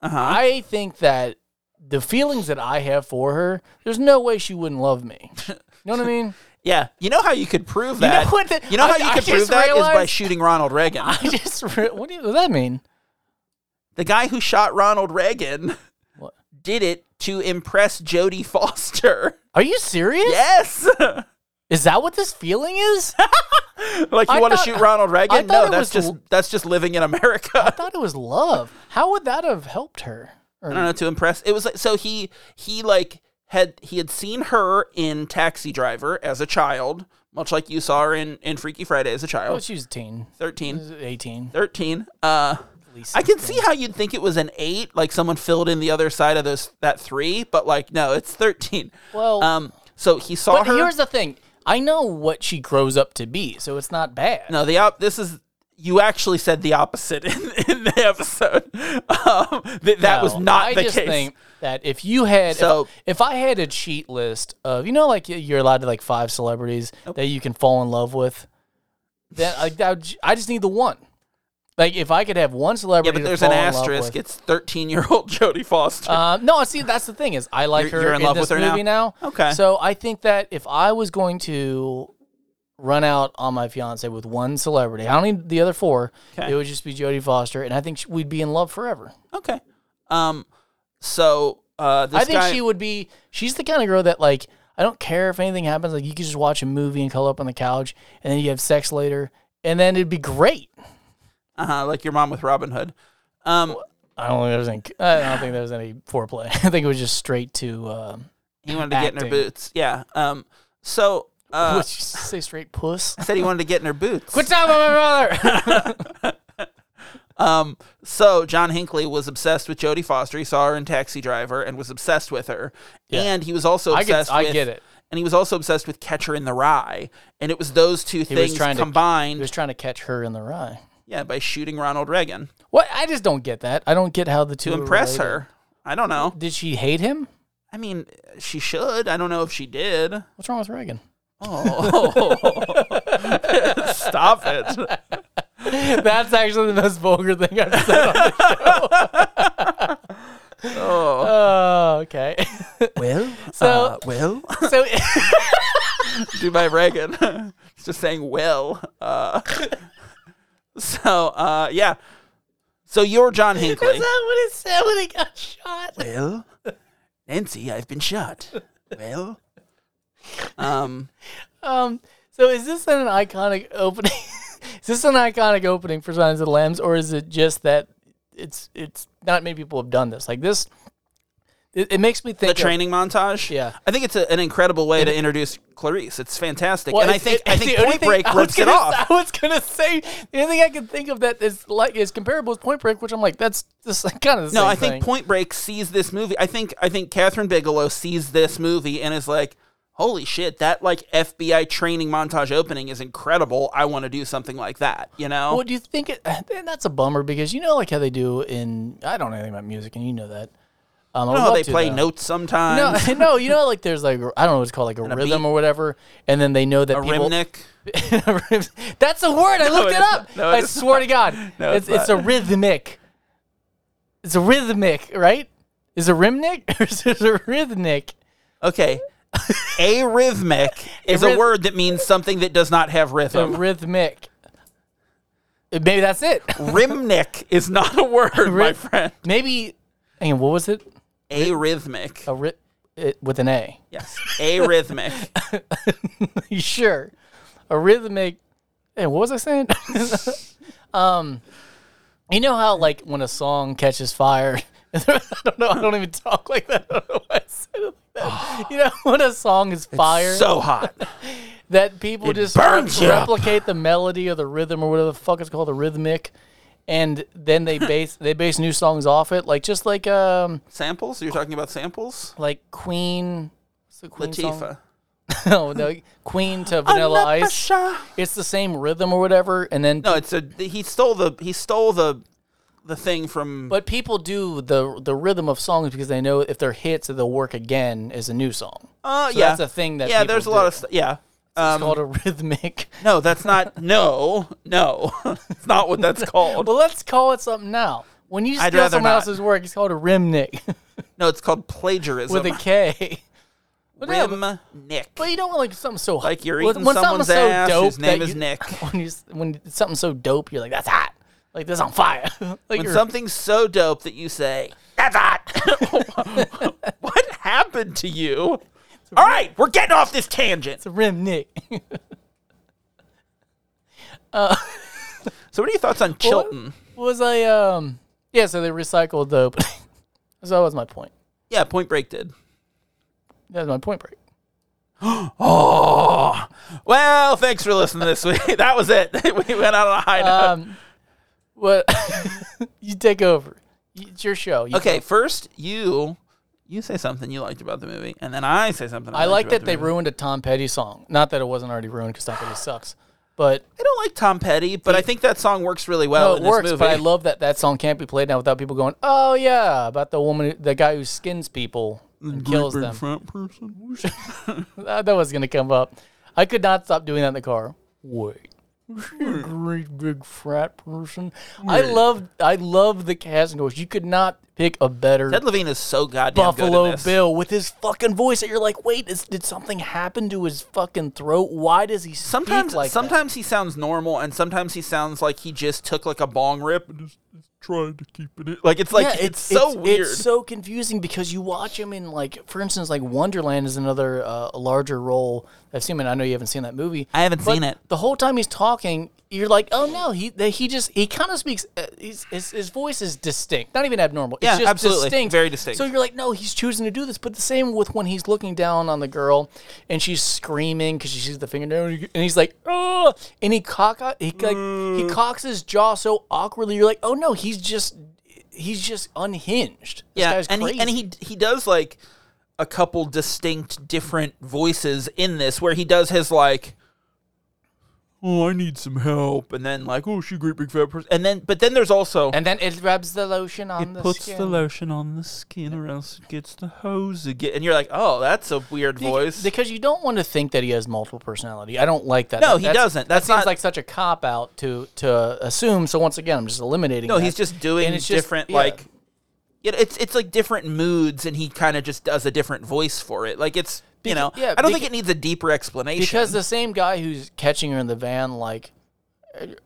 uh-huh.
I think that the feelings that I have for her, there's no way she wouldn't love me. You know what I mean?
Yeah, you know how you could prove
know
that.
what the-
You know how
I-
you
I
could
just
prove that is by
realized-
shooting Ronald Reagan.
I just re- what do you, does that mean?
the guy who shot Ronald Reagan
What?
did it to impress Jodie Foster.
Are you serious?
Yes,
Is that what this feeling is?
like you
I
want to
thought-
shoot Ronald
I
Reagan?
thought
No,
it
that's
was
just
l-
that's just living in
I
America.
thought it was love. How would that have helped her? Or-
I don't know to impress. It was like so he he like had he had seen her in Taxi Driver as a child, much like you saw her in in Freaky Friday as a
Oh,
child.
she was a teen. She
13
was 18.
13 uh
At least
I can see how you'd think it was an eight, like someone filled in the other side of those that three, but like no, it's thirteen.
Well-
um, so he saw
But
her.
here's the thing. I know what she grows up to be, so it's not bad.
no, the op. This is you actually said the opposite in, in the episode. Um, Th- that was
No,
not
I
the
just
case.
think that if you had,
So-
so, if, I had a cheat list of, you know, like you- you're allowed to like five celebrities that you can fall in love with, then like that, would j- I just need the one. Like if I could have one
yeah,
celebrity,
but
to
there's an
fall in love
asterisk.
with-
It's 13 year old Jodie Foster.
Um, no, see, that's the thing is, I like
You're-
her
you're in
in,
love
this
with her
movie now.
Okay.
So I think that if I was going to run out on my fiance with one celebrity, I don't need the other four.
Okay.
It would just be Jodie Foster, and I think she, we'd be in love forever.
okay. Um. So uh, this
I think
guy,
she would be. She's the kind of girl that like I don't care if anything happens. Like you could just watch a movie and curl up on the couch, and then you have sex later, and then it'd be great.
uh, like your mom with Robin Hood. Um,
I don't think there was any. I don't think there was any foreplay. I think it was just straight to. Um,
he wanted to get in her
acting.
boots. Yeah. Um. So uh,
what did you say straight puss?
said he wanted to get in her boots.
Quit talking about my brother.
Um, so John Hinckley was obsessed with Jodie Foster. He saw her in Taxi Driver and was obsessed with her. And he was also
I get-
obsessed.
I
with,
get it.
And he was also obsessed with Catcher in the Rye. And it was those two
was
things
trying to-
combined,
he was trying to catch her in the rye.
yeah, by shooting Ronald Reagan
What? I just don't get that. I don't get how the two
to
are
impress
related.
her. I don't know.
Did she hate him?
I mean, she should. I don't know if she did.
What's wrong with Reagan?
Oh, stop it!
That's actually the most vulgar thing I've said. on the-
Oh,
Oh, okay.
Well,
So-
uh, well,
so.
do my Reagan. It's just saying well. Uh, so uh, yeah. So you're John Hinckley.
what it said when he got shot?
well, Nancy, I've been shot. Well,
Um,
Um, so is this an iconic opening? is this an iconic opening for Signs of the Lambs, or is it just that it's it's not many people have done this? Like this, it, it makes me think.
the
of-
training montage.
Yeah.
I think it's a, an incredible way to introduce Clarice. It's fantastic,
Well,
and I
it's-
think
it-
I
it's
think
the only
Point Break
I was
rips it
gonna-
off.
I was gonna say the only thing I can think of that is like is comparable is Point Break, which I'm like that's just like, kind of the
No,
same
I think
thing.
Point Break sees this movie. I think I think Catherine Bigelow sees this movie and is like, "Holy shit! That like FBI training montage opening is incredible. I want to do something like that." You know?
Well, do you think it? And that's a bummer because you know, like how they do in I don't know anything about music, and you know that. Um, I
You
would
know how
love
they
to,
play
though.
notes
No,
sometimes.
no, you know, like there's like I don't know what it's called, like a rhythm
beat.
or whatever, and then they know that
a
people.
rhythmic.
That's a word. I looked
it
it
is
up.
not. No, it
I
is
swear to God,
No, it's
it's it's a rhythmic. It's a rhythmic, right? Is it rhythmic or is it a rhythmic?
Okay. Arrhythmic is a
Arrhyth-
word that means something that does not have
A
rhythm.
rhythmic. Maybe that's it.
Rhythmic is not a word, my
Rhyth-
friend.
Maybe. Hang on, what was it?
Arrhythmic.
A ri- it with an A.
Yes. Arrhythmic.
You sure? A rhythmic. And what was I saying? um, you know how like when a song catches fire. I don't know. I don't even talk like that. I don't know why I said it like that. You know when a song is fire,
so hot.
that people just
burns
re-
you up.
replicate the melody or the rhythm or whatever the fuck it's called, the rhythmic, and then they base they base new songs off it. Like just like um
Samples? You're talking about samples?
like Queen. What's the Queen song?
Latifa.
No, no, Queen to Vanilla Ice. It's the same rhythm or whatever, and then
No, it's a he stole the he stole the the thing from
But people do the the rhythm of songs because they know if they're hits, they'll work again as a new song.
uh,
so
yeah.
that's a thing that
yeah,
people
there's a lot
do.
of st- yeah.
It's
Um,
called a rhythmic.
no, that's not no, no. it's not what that's called.
Well, let's call it something now. When you
I'd
steal
rather
someone
not.
else's work, it's called a rhythmic
No, it's called plagiarism.
with a K. But, yeah, but,
Rim Nick.
but you don't want like something so
Like you're
when-
eating
when
someone's
something's so
ass
dope
whose name
that
is
you-
Nick.
When you s- when it's something so dope, you're like that's hot. Like that's on fire. like
When
you're-
something's so dope that you say, That's hot What happened to you? All right, we're getting off this tangent.
it's a rhythmic.
So what are your thoughts on Chilton?
was I um yeah? So they recycled the opening. so that was my point.
Yeah, Point Break did.
That was my point break.
Oh, well, thanks for listening this week. That was it. We went out on a high note.
Um, what you take over? You- It's your show. You
okay, first you you say something you liked about the movie, and then I say something. I,
I
liked
like
about
that they
the movie.
ruined a Tom Petty song. Not that it wasn't already ruined because Tom Petty sucks. But
I don't like Tom Petty, but I think that song works really well Oh, in
no, it
this
works.
movie.
But I love that that song can't be played now without people going, "Oh yeah," about the woman, the guy who skins people and kills them. that that was gonna come up. I could not stop doing that in the car. Wait. Was she a
Hmm.
great big frat person. I love I love the casting voice. You could not pick a better
Ted Levine is so goddamn good in
Buffalo
this.
Bill with his fucking voice that you're like, wait, is, did something happen to his fucking throat? Why does he speak
Sometimes,
like that?
sometimes he sounds normal, and sometimes he sounds like he just took like a bong rip and is, is trying to keep it. In. Like it's like
Yeah,
it's, so weird.
It's so confusing because you watch him in like, for instance, like Wonderland is another uh, larger role I've seen. him in. I know you haven't seen that movie.
I haven't
But
seen it.
The whole time he's talking, you're like, oh no, he that he just he kind of speaks. Uh, he's, his his voice is distinct, not even abnormal.
Yeah,
it's just
absolutely.
distinct,
Very distinct.
So you're like, no, he's choosing to do this. But the same with when he's looking down on the girl and she's screaming because she sees the fingernail, and he's like, oh, and he cock he like
Mm.
he cocks his jaw so awkwardly. You're like, oh no, he's just he's just unhinged. This
yeah,
guy's
and
crazy.
he and he he does like a couple distinct different voices in this, where he does his like, oh, I need some help, and then like, oh, she great big fat person, and then but then there's also
and then it rubs the lotion on the
puts
skin.
the lotion on the skin, or else it gets the hose again, and you're like, oh, that's a weird voice.
because you don't want to think that he has multiple personality. I don't like that.
No,
That-
he
that's-
doesn't.
That
That's
seems
not-
like such a cop out to to assume. So once again, I'm just eliminating.
No,
that.
he's just doing
And it's just-
different
yeah.
like you know, it's it's like different moods and he kind of just does a different voice for it. Like it's you know,
yeah,
I don't
beca-
think it needs a deeper explanation.
because the same guy who's catching her in the van, like,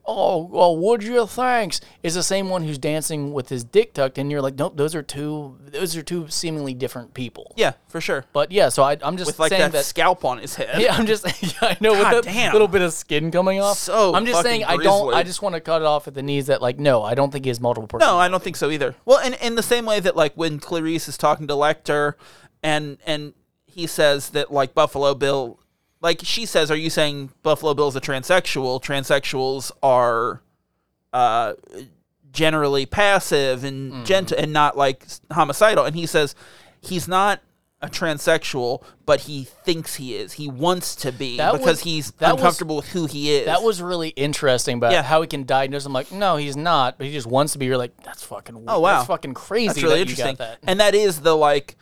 oh, well, would you thanks, is the same one who's dancing with his dick tucked, and you're like, nope, those are two, those are two seemingly different people.
yeah, for sure.
But yeah, so I, I'm just
With like
saying
that,
that.
scalp on his head.
yeah, I'm just. Yeah, I know
God
with that
damn.
little bit of skin coming off.
So
I'm just
fucking
saying I don't.
grisly.
I just want to cut it off at the knees. That like no, I don't think he has multiple person.
No, I don't think so either. Well, in in the same way that like when Clarice is talking to Lecter, and and he says that like Buffalo Bill, like she says, are you saying Buffalo Bill's a transsexual? Transsexuals are, uh, generally passive and
Mm-hmm.
gent and not like s- homicidal. And he says he's not. A transsexual, but he thinks he is. He wants to be
That
because
was-
he's
that was-
uncomfortable with who he is.
That was really interesting about
Yeah.
how he can diagnose. I'm like, no, he's not, but he just wants to be. You're like, that's fucking. Weird.
Oh, wow.
that's fucking crazy.
That's really
that
interesting.
You got that.
And that is the like,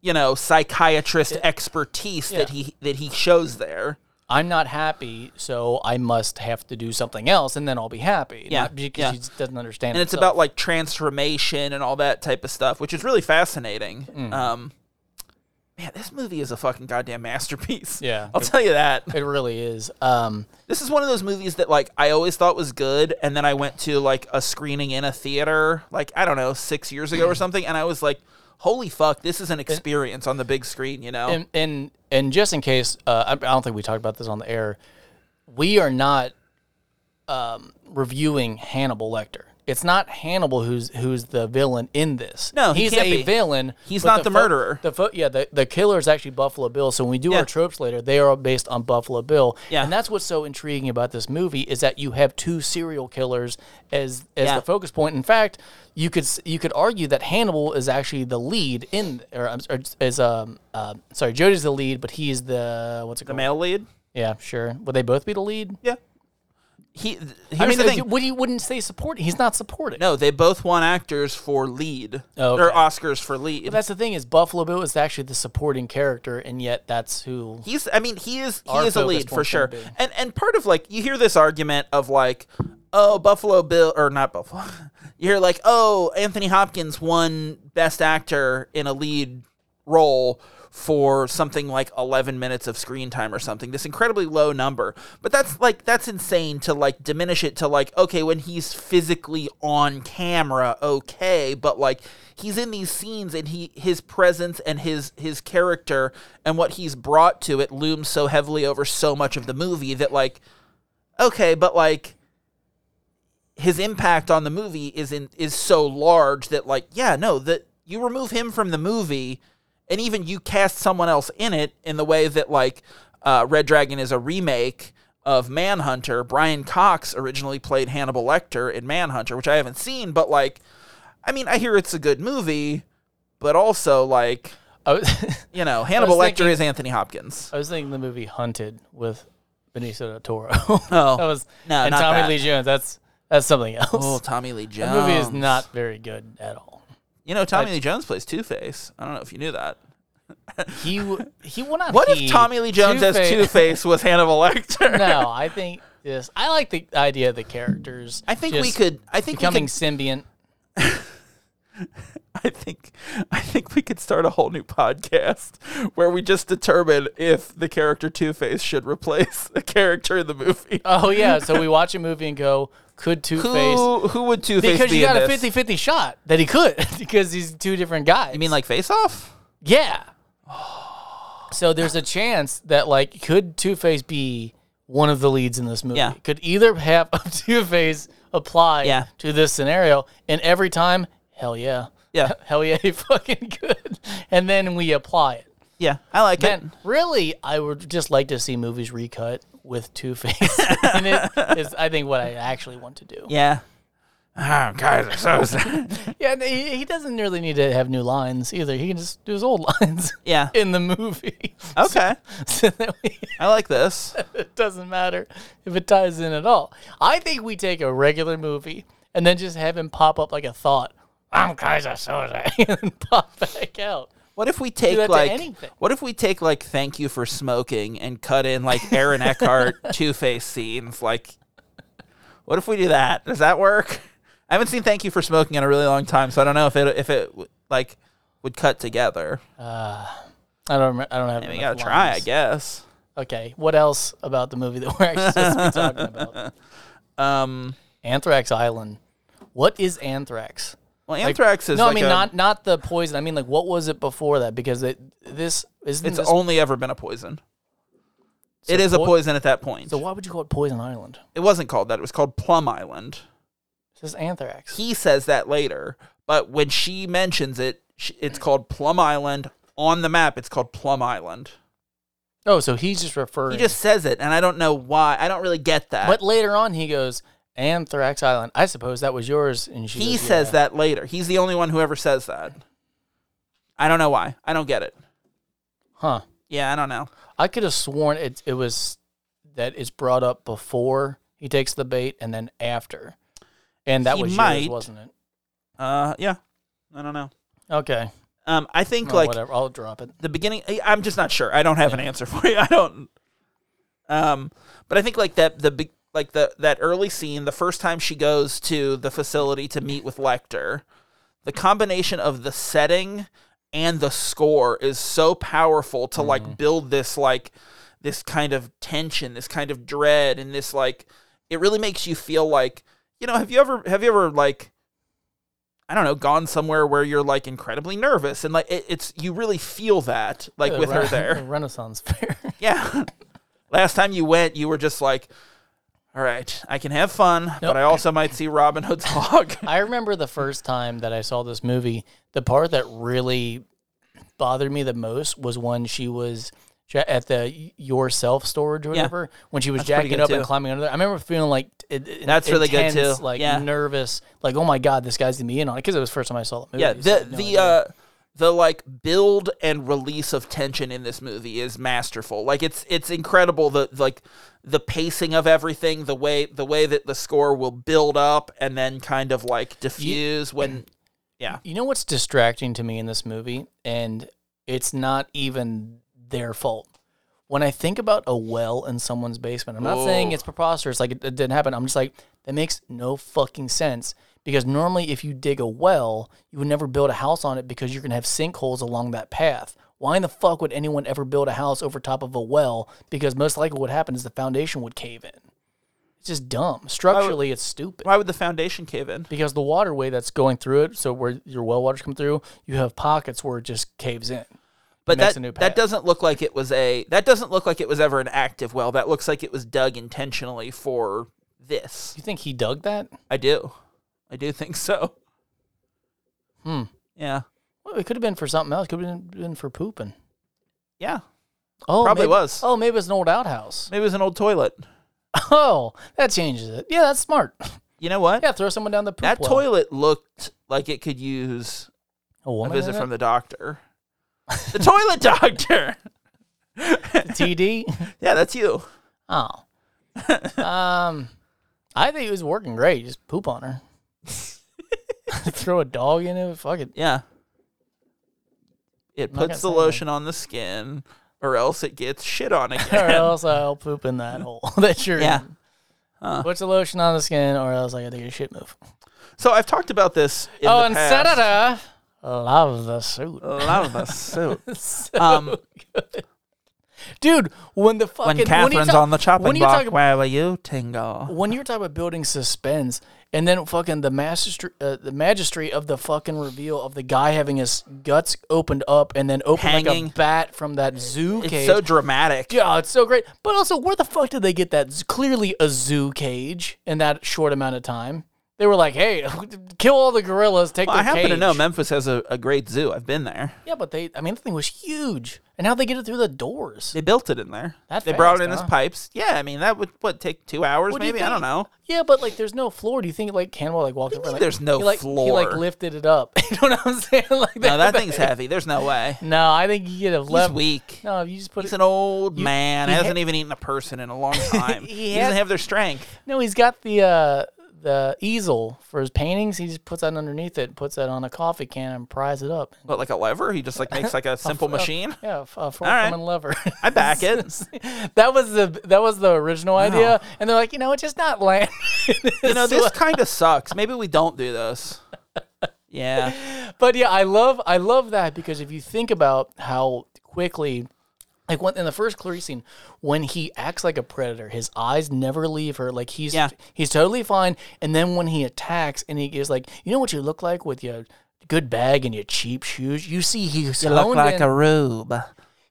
you know, psychiatrist expertise that he that he shows there.
I'm not happy, so I must have to do something else, and then I'll be happy.
Yeah,
Not because
yeah.
he just doesn't understand.
And it's
himself.
about like transformation and all that type of stuff, which is really fascinating.
Mm.
Um Man, this movie is a fucking goddamn masterpiece.
Yeah.
I'll tell you that.
it really is. Um,
This is one of those movies that like I always thought was good, and then I went to like a screening in a theater, like I don't know, six years ago or something, and I was like, "Holy fuck, this is an experience on the big screen," you know?
and and and just in case, uh, I, I don't think we talked about this on the air. We are not um, reviewing Hannibal Lecter. It's not Hannibal who's who's the villain in this.
No, he
he's
can't
a
be.
villain.
He's
but
not the
fo-
murderer.
The fo- yeah, the, the killer is actually Buffalo Bill. So when we do
Yeah.
our tropes later, they are based on Buffalo Bill.
Yeah.
and that's what's so intriguing about this movie is that you have two serial killers as as
Yeah.
the focus point. In fact, you could s- you could argue that Hannibal is actually the lead in or, I'm s- or is um uh, sorry Jody's the lead, but he's the what's it
the
called?
male lead,
Yeah, sure. Would they both be the lead?
yeah. He. th- Here's
I mean,
the thing.
you, would you wouldn't say supporting? He's not supporting.
No, they both won actors for lead.
Oh, okay.
They're Oscars for lead.
That's the thing is Buffalo Bill is actually the supporting character, and yet that's who.
He's I mean, he is he
Our
is a
focus
lead for
point's
sure.
gonna be-
And and part of like you hear this argument of like, oh, Buffalo Bill or not Buffalo. You're like, oh, Anthony Hopkins won best actor in a lead role for something like 11 minutes of screen time or something this incredibly low number but that's like that's insane to like diminish it to like okay when he's physically on camera okay but like he's in these scenes and he his presence and his his character and what he's brought to it looms so heavily over so much of the movie that like okay but like his impact on the movie is in is so large that like yeah no that you remove him from the movie and even you cast someone else in it in the way that like uh, Red Dragon is a remake of Manhunter. Brian Cox originally played Hannibal Lecter in Manhunter, which I haven't seen, but like I mean I hear it's a good movie, but also like
I was,
you know Hannibal Lecter
thinking-
is Anthony Hopkins.
I was thinking the movie Hunted with Benicio del Toro. that
Oh,
was
no,
and
not
Tommy
that.
Lee Jones. That's that's something else.
Oh, Tommy Lee Jones.
that movie is not very good at all.
You know, Tommy Lee Jones plays Two Face. I don't know if you knew that.
He w- he went on.
What
he-
if Tommy Lee Jones as
Two-Face-
Two Face was Hannibal Lecter?
no, I think this. I like the idea of the characters.
I think we
just
could. I think
becoming
we could,
symbiont.
I think. I think we could start a whole new podcast where we just determine if the character Two Face should replace the character in the movie.
Oh yeah, so we watch a movie and go, could Two Face?
who who would Two Face
Because
be
you got
in
a
this?
50-50 shot that he could because he's two different guys.
You mean like Face Off?
Yeah. So there's a chance that like could Two Face be one of the leads in this movie?
Yeah.
Could either have of Two Face apply
Yeah.
to this scenario? And every time, hell yeah.
Yeah.
Hell yeah, he fucking could. And then we apply it.
Yeah, I like
And really, I would just like to see movies recut with Two Face. and it is, I think, what I actually want to do.
Yeah. Oh, guys are so sad.
Yeah, and he, he doesn't really need to have new lines either. He can just do his old lines
Yeah. Oh,
in the movie.
Okay.
So that we,
I like this.
it doesn't matter if it ties in at all. I think we take a regular movie and then just have him pop up like a thought. I'm Kaiser Soze and pop back out.
What if we take
that to
like
anything.
what if we take like thank you for smoking and cut in like Aaron Eckhart two face scenes like what if we do that? Does that work? I haven't seen Thank You for Smoking in a really long time, so I don't know if it if it w- like would cut together.
Uh, I don't. Remember, I don't have.
We
enough
gotta try, I
lines.
guess.
Okay. What else about the movie that we're actually supposed to be talking about?
Um,
Anthrax Island. What is anthrax?
well, anthrax is
no,
like
I mean
a-
not not the poison. I mean like what was it before that? Because it, this isn't
It's
this,
only ever been a poison. it is
poi-
a poison at that point.
so why would you call it Poison Island?
it wasn't called that. It was called Plum Island.
It's just anthrax.
he says that later, but when she mentions it, sh- it's called Plum Island. On the map, it's called Plum Island.
oh, so he's just referring.
He just says it, and I don't know why. I don't really get that.
but later on he goes anthrax Island. I suppose that was yours. And she
he
goes,
says
"Yeah."
that later. He's the only one who ever says that. I don't know why. I don't get it.
Huh.
Yeah, I don't know.
I could have sworn it it was that it's brought up before he takes the bait and then after, and that
He
was yours,
might.
wasn't it?
Uh, yeah, I don't know.
Okay.
Um, I think
Well,
like
whatever. I'll drop it.
the beginning I- i'm just not sure i don't have an answer for you i don't um but i think like that the big like the that early scene the first time she goes to the facility to meet with lecter the combination of the setting and the score is so powerful to like build this like this kind of tension this kind of dread and this like it really makes you feel like you know have you ever have you ever like I don't know, gone somewhere where you're like incredibly nervous and like it, it's you really feel that like
The
with her
Re-
there.
the Renaissance Fair.
Yeah. Last time you went, you were just like, all right, I can have fun, but I also might see Robin Hood's hog.
I remember the first time that I saw this movie, the part that really bothered me the most was when she was ja- at the yourself storage or whatever when she was
pretty
jacking
good
up and
too.
climbing under there. I remember feeling like it, it-
That's really good
intense,
too.
like
Yeah.
nervous, like oh my god, this guy's gonna be in on it because it was the first time I saw the movie.
yeah,
so I
the
had no
the
idea.
uh the like build and release of tension in this movie is masterful. Like it's it's incredible the like the pacing of everything, the way the way that the score will build up and then kind of like diffuse when
You know what's distracting to me in this movie, and it's not even their fault. When I think about a well in someone's basement, I'm not saying it's preposterous, like it, it didn't happen. I'm just like, that makes no fucking sense. Because normally, if you dig a well, you would never build a house on it because you're going to have sinkholes along that path. Why in the fuck would anyone ever build a house over top of a well? Because most likely what happened is the foundation would cave in. It's just dumb. Structurally, it's stupid
why would the foundation cave in?
because the waterway that's going through it, so where your well waters come through, you have pockets where it just caves in.
But
makes
that,
a new
that
path.
doesn't look like it was a that doesn't look like it was ever an active well. That looks like it was dug intentionally for this.
You think he dug that?
I do. I do think so.
Hmm.
Yeah.
Well, it could have been for something else. Could have been, been for pooping.
Yeah.
Oh,
Probably
maybe-
was.
Oh, maybe it's an old outhouse.
Maybe it was an old toilet.
Oh, that changes it. Yeah, that's smart.
You know what?
Yeah, throw someone down the poop
that
well.
toilet looked like it could use
A
a
woman
visit from the doctor. The toilet doctor.
the TD.
Yeah, that's you.
Oh. um, I think it was working great. Just poop on her. Throw a dog in it. Fuck it.
Yeah. It
not
puts
gonna
the
say
lotion on the skin, or else it gets shit on
Or
again.
else I'll poop in that hole that you're
Yeah.
in.
Huh.
Put the lotion on the skin, or else I gotta get a shit move.
so I've talked about this. In
oh,
the
and
past.
Saturday, love the suit.
Love the suit.
So
Um,
good. Dude, when the fucking
when
you
Catherine's
talk-
on the chopping
when you
block,
talk ab-
where were you, Tingle?
when you're talking about building suspense, and then fucking the magistry, uh, the magistry of the fucking reveal of the guy having his guts opened up and then opened
Hanging.
like a bat from that zoo
It's
cage.
so dramatic.
yeah, it's so great. But also, where the fuck did they get that? It's clearly a zoo cage in that short amount of time. They were like, "Hey, kill all the gorillas, take
Well, I
their
happen to
cage."
know Memphis has a, a great zoo. I've been there.
Yeah, but they—I mean, the thing was huge. And how would they get it through the doors?
They built it in there.
That
they brought
fast,
it in as
huh?
pipes. Yeah, I mean that would what take two hours
What do you
maybe. I don't
think?
know.
Yeah, but like, there's no floor. Do you think like Cannibal like walked over?
mean
Like,
there's no
he, like, He
floor?
like lifted it up. you know what I'm saying? Like
No, that thing's heavy. There's no way.
No, I think you could have
He's
left.
weak.
No, you just put
He's
it.
an old man.
he
He
ha-
hasn't even eaten a person in a long time.
He
he, doesn't
had-
have their strength.
No, he's got the uh the easel for his paintings. He just puts that underneath it, puts that on a coffee can, and pries it up.
What, like a lever? He just like makes like a simple machine.
Yeah, f- uh, a fork
All right.
woman lever.
I back it.
that was the that was the original idea, and they're like, you know, it's just not land.
You know, this kind of sucks. Maybe we don't do this. Yeah.
but yeah, I love I love that because if you think about how quickly like when, in the first Clarice scene, when he acts like a predator, his eyes never leave her. Like he's
Yeah.
he's totally fine. And then when he attacks, and he is like, you know what you look like with your good bag and your cheap shoes. You see, he's
You
honed
look like
in.
a rube.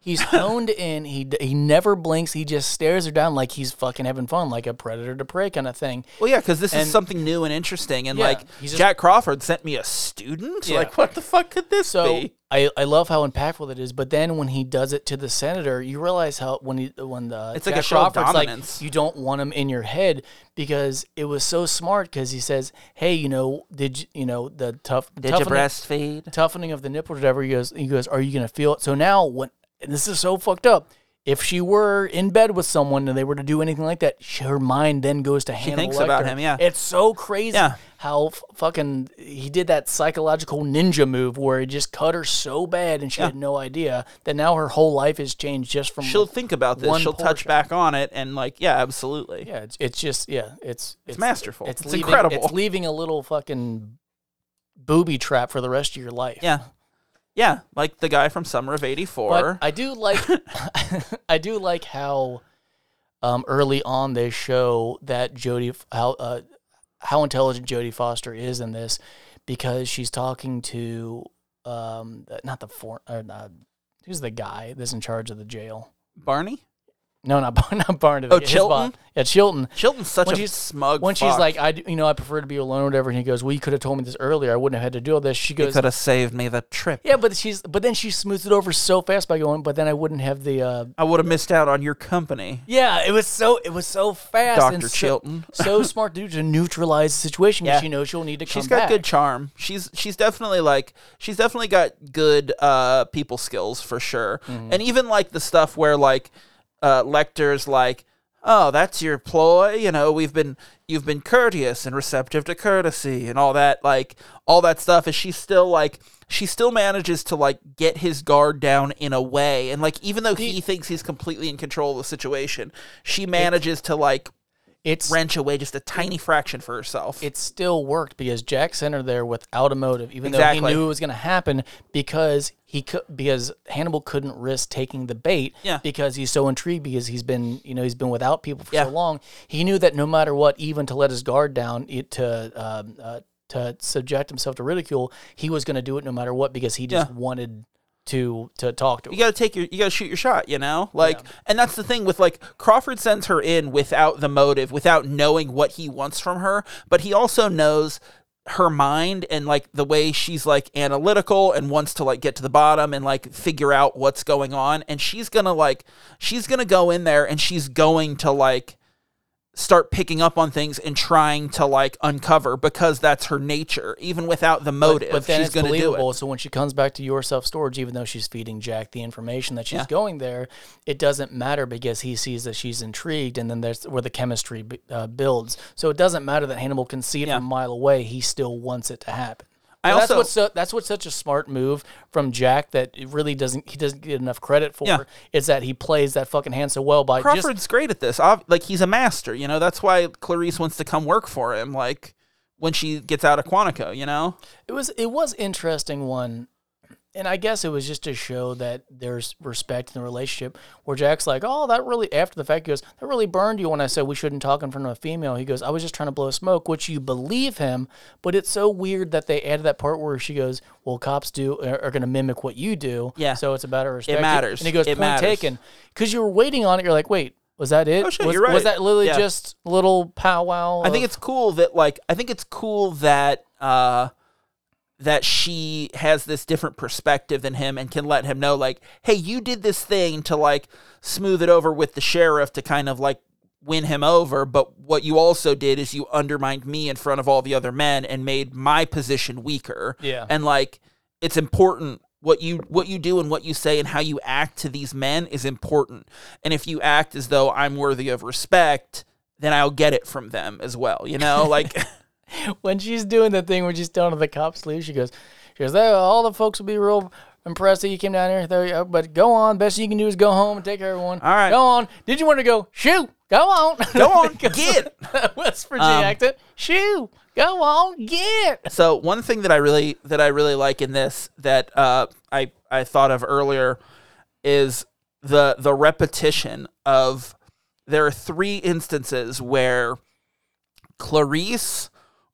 he's honed in. He d- he never blinks. He just stares her down like he's fucking having fun, like a predator to prey kind of thing.
Well, yeah, because this
And-
is something new and interesting. And
Yeah,
like,
he's just-
Jack Crawford sent me a student.
Yeah.
Like, what the fuck could this
So
be?
I, I love how impactful that is, but then when he does it to the senator, you realize how when he when the
It's like
Jack
a show of
Crawford's like,
dominance.
you don't want him in your head because it was so smart because he says, hey, you know, did you, you know the tough toughening,
breastfeed?
toughening of the nipple or whatever? He goes, he goes, are you gonna feel it? So now when and this is so fucked up. If she were in bed with someone and they were to do anything like that, she, her mind then goes to Hannibal
thinks about
Lecter.
him, yeah.
It's so crazy
Yeah.
how f- fucking he did that psychological ninja move where he just cut her so bad and she had no idea that now her whole life has changed just from.
She'll think about this.
One
She'll touch
portion.
back on it. And like, yeah, absolutely.
yeah, it's, it's just yeah, it's it's,
masterful.
It's,
It's
leaving,
incredible.
It's leaving a little fucking booby trap for the rest of your life.
Yeah. Yeah, like the guy from Summer of '84.
But I do like, I do like how, um, early on they show that Jodie how uh, how intelligent Jodie Foster is in this, because she's talking to um the- not the for or not, who's the guy that's in charge of the jail?
Barney?
No, not Bar- not Barney.
Oh,
his boss.
Chilton?
Yeah, Chilton.
Chilton's such
When
a
she's-
smug
When she's
fuck.
like, I d- you know I prefer to be alone or whatever, and he goes, well, you could have told me this earlier. I wouldn't have had to do all this. She
you
goes,
could have saved me the trip.
yeah, but she's but then she smooths it over so fast by going, but then I wouldn't have the uh,
I would have missed out on your company,
Yeah, it was so it was so fast. and
Doctor
so-
Chilton.
so smart, dude, to neutralize the situation because
Yeah.
she knows she'll need to come
She's got
back.
good charm. She's she's definitely like she's definitely got good uh, people skills for sure. And even like the stuff where like uh, Lecter's like, oh, that's your ploy. You know, we've been you've been courteous and receptive to courtesy and all that. Like all that stuff. Is she still like? She still manages to like get his guard down in a way, and like even though he thinks he's completely in control of the situation, she manages to like
it's
wrench away just a tiny fraction for herself.
it still worked because Jack sent her there without a motive, even though
Exactly.
he knew it was going to happen because he could because Hannibal couldn't risk taking the bait
Yeah.
because he's so intrigued because he's been you know he's been without people for
Yeah.
so long. He knew that no matter what, even to let his guard down, it to um, uh, to subject himself to ridicule, he was going to do it no matter what because he just
Yeah.
wanted to to talk to her.
you gotta take your you gotta shoot your shot you know like and that's the thing with like crawford sends her in without the motive without knowing what he wants from her but he also knows her mind and like the way she's like analytical and wants to like get to the bottom and like figure out what's going on and she's gonna like she's gonna go in there and she's going to like
start picking up on things and trying to like uncover because that's her nature, even without the motive.
But then
she's
it's
going to do
believable.
it.
So when she comes back to your self storage, even though she's feeding Jack the information that she's
Yeah.
going there, it doesn't matter because he sees that she's intrigued, and then there's where the chemistry b- uh, builds. So it doesn't matter that Hannibal can see it
Yeah.
from a mile away; he still wants it to happen.
I
And that's
also-
what's so, that's what's such a smart move from Jack that it really doesn't he doesn't get enough credit for.
Yeah.
Is that he plays that fucking hand so well by just
Crawford's great at this. Ob- like he's a master, you know. That's why Clarice wants to come work for him. Like when she gets out of Quantico, you know.
It was it was interesting one, and I guess it was just to show that there's respect in the relationship. Where Jack's like, "Oh, that really." After the fact, he goes, "That really burned you when I said we shouldn't talk in front of a female." He goes, "I was just trying to blow smoke," which you believe him, but it's so weird that they added that part where she goes, "Well, cops do uh, are, are going to mimic what you do."
Yeah.
so it's a matter of respect.
matters.
And he goes,
It
"Point
matters."
taken," because you were waiting on it. You're like, "Wait." Was that it?
Oh, shit,
was,
you're right.
was that literally
Yeah.
just little powwow?
I think
of-
it's cool that like I think it's cool that uh that she has this different perspective than him and can let him know like hey you did this thing to like smooth it over with the sheriff to kind of like win him over but what you also did is you undermined me in front of all the other men and made my position weaker
Yeah.
and like it's important what you what you do and what you say and how you act to these men is important and if you act as though i'm worthy of respect then i'll get it from them as well you know like
when she's doing the thing where she's telling the cops to leave, she goes, she goes, "Oh, all the folks will be real impressed that you came down here. There you go. But go on. Best you can do is go home and take care of everyone.
All right.
Go on. Did you want to go? Shoo. Go on.
go on get
West Virginia
Um,
accent. Shoo. Go on. Get.
so one thing that i really that i really like in this that uh i i thought of earlier is the the repetition of there are three instances where Clarice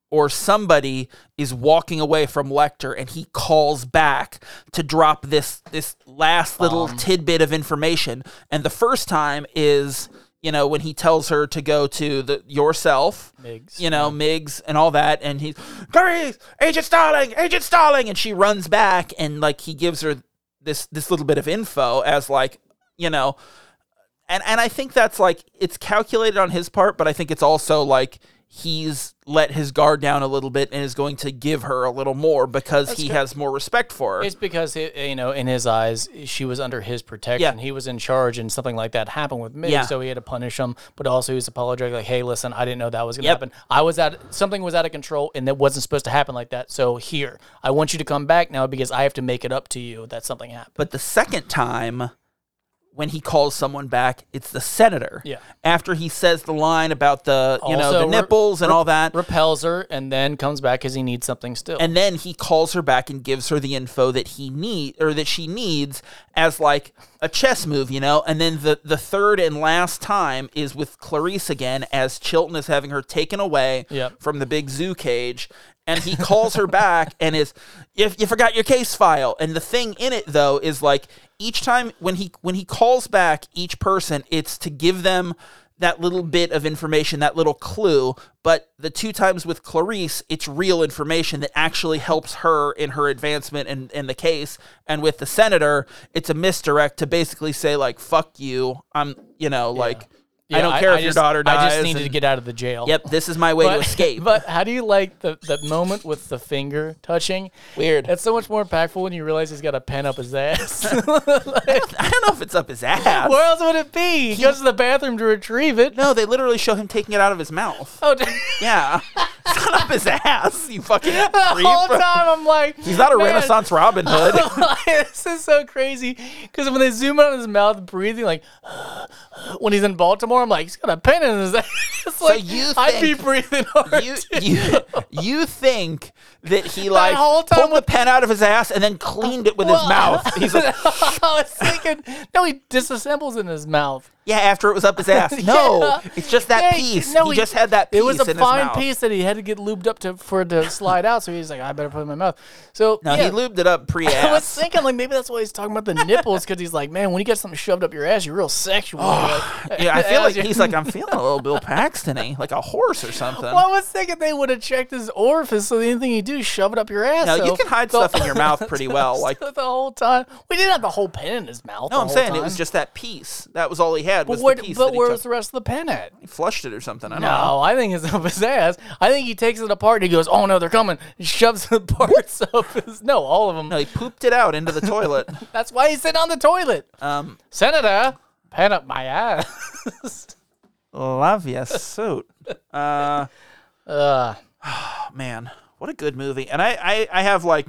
or somebody is walking away from Lecter and he calls back to drop this this last little tidbit of information. And the first time is, you know, when he tells her to go to the yourself,
Miggs,
you know, Miggs and all that, and he's Clarice, Agent Starling, Agent Starling, and she runs back and like he gives her this this little bit of info as like, you know, and and I think that's like it's calculated on his part, but I think it's also like he's let his guard down a little bit and is going to give her a little more because he has more respect for her.
It's because he, you know, in his eyes, she was under his protection.
Yeah.
He was in charge, and something like that happened with me,
Yeah.
so he had to punish him. But also, he was apologetic, like, "Hey, listen, I didn't know that was going to
Yep.
happen. I was out, something was out of control, and that wasn't supposed to happen like that. So here, I want you to come back now because I have to make it up to you that something happened."
But the second time, when he calls someone back, it's the senator.
Yeah.
After he says the line about the you know
Also,
the
re-
nipples and all that,
Repels her, and then comes back because he needs something still.
and then he calls her back and gives her the info that he need or that she needs as like a chess move you know and then the the third and last time is with clarice again as chilton is having her taken away
Yep.
from the big zoo cage and he calls her back and is you, you forgot your case file and the thing in it though is like each time when he when he calls back each person it's to give them that little bit of information that little clue but the two times with clarice it's real information that actually helps her in her advancement in, in the case and with the senator it's a misdirect to basically say like fuck you Uh, i'm you know like
Yeah,
i don't care if your
just-
daughter dies
I just needed to
and-
get out of the jail.
Yep, this is my way to
But-
escape.
But how do you like the, the moment with the finger touching?
Weird.
That's so much more impactful when you realize he's got a pen up his ass.
I don't know if it's up his ass.
Where else would it be? He goes to the bathroom to retrieve it.
No, they literally show him taking it out of his mouth.
Oh, damn.
Yeah. it's not up his ass, you fucking
the
creep.
whole time I'm like,
He's not a
"Man,
Renaissance Robin Hood.
this is so crazy because when they zoom out on his mouth breathing, like when he's in Baltimore, I'm like, he's got a pen in his ass. It's like
you
I'd be
think-
breathing hard.
You,
too.
you, you think that he like
whole time
pulled the pen out of his ass and then cleaned it with his
Well-
mouth. He's like,
I was thinking, no, he disassembles in his mouth.
yeah, after it was up his ass. No, it's just that
Yeah,
piece.
no,
he, just had that piece
It was a
in his
fine
mouth.
piece that he had to get lubed up to for it to slide out. So he's like, I better put it in my mouth. So
No,
yeah.
he lubed it up
I was
pre-ass.
thinking, like, maybe that's why he's talking about the nipples, because he's like, man, when you get something shoved up your ass, you're real sexual. Like,
Oh, yeah, I feel like
As you-
he's like, I'm feeling a little Bill destiny, like a horse or something.
Well, I was thinking they would have checked his orifice, so the only thing you do is shove it up your ass.
Now, you
so-
can hide
so-
stuff in your mouth pretty well, like-
the whole time. We didn't have the whole pen in his mouth.
no, I'm saying it was just that piece. That was all he had was
But, where,
the piece
but
that he
where
took.
was the rest of the pen at?
He flushed it or something. I don't know.
No, I think it's up his ass. I think he takes it apart and he goes, "Oh no, they're coming!" And shoves the parts up his. No, all of them.
No, he pooped it out into the toilet.
That's why he's sitting on the toilet.
Um,
Senator, pen up my ass.
love your suit. Uh,
uh,
man, what a good movie. And I, I, I have like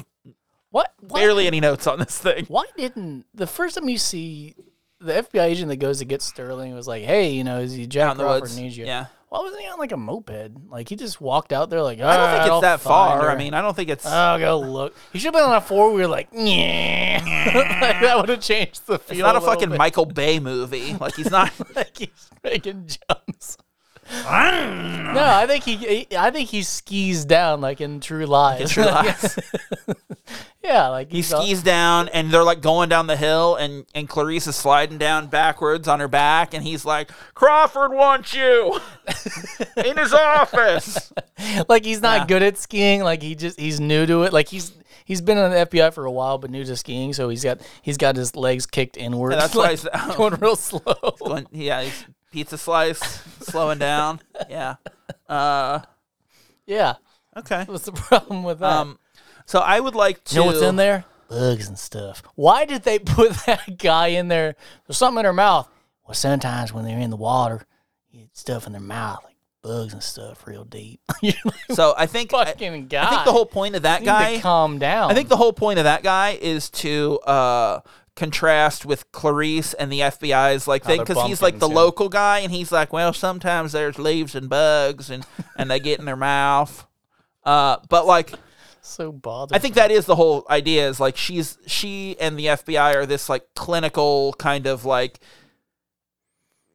what? Why,
barely any notes on this thing.
Why didn't the first time you see the FBI agent that goes to get Sterling was like, "Hey, you know, is he Jack
in the
Crawford
woods.
needs you?"
Yeah.
Why wasn't he on like a moped? Like he just walked out there like,
I don't think
"I'll
it's that
find
far.
her."
I mean, I don't think it's.
Oh, go look. He should have been on a four wheeler, like, yeah. like, that would have changed the feel.
it's not a
little
fucking
bit.
Michael Bay movie. Like he's not.
like he's making jumps.
Ah.
no, I think he, he- I think he skis down like in True Lies.
True Lies.
yeah, like
He
he's all-
skis down, and they're like going down the hill, and and Clarice is sliding down backwards on her back, and he's like, "Crawford wants you in his office."
like he's not good at skiing. Like he just he's new to it. Like he's he's been on the FBI for a while, but new to skiing. So he's got he's got his legs kicked inward.
that's why
like,
he's out.
going real slow.
Going- yeah, he's pizza slice, slowing down. Yeah. Uh,
yeah,
okay.
what's the problem with that?
Um, so I would like to.
You know what's in there? Bugs and stuff. Why did they put that guy in there? There's something in her mouth. Well, sometimes when they're in the water, you get stuff in their mouth, like bugs and stuff, real deep. You're like,
So I think I,
fucking guy.
I think the whole point of that
You need
guy
to calm down.
I think the whole point of that guy is to uh, contrast with Clarice and the FBI's like thing
they're
because he's like the
bumpkins, yeah.
local guy and he's like, well, sometimes there's leaves and bugs and and they get in their mouth. Uh, but like,
so bothered.
I think that is the whole idea is like she's she and the FBI are this like clinical kind of like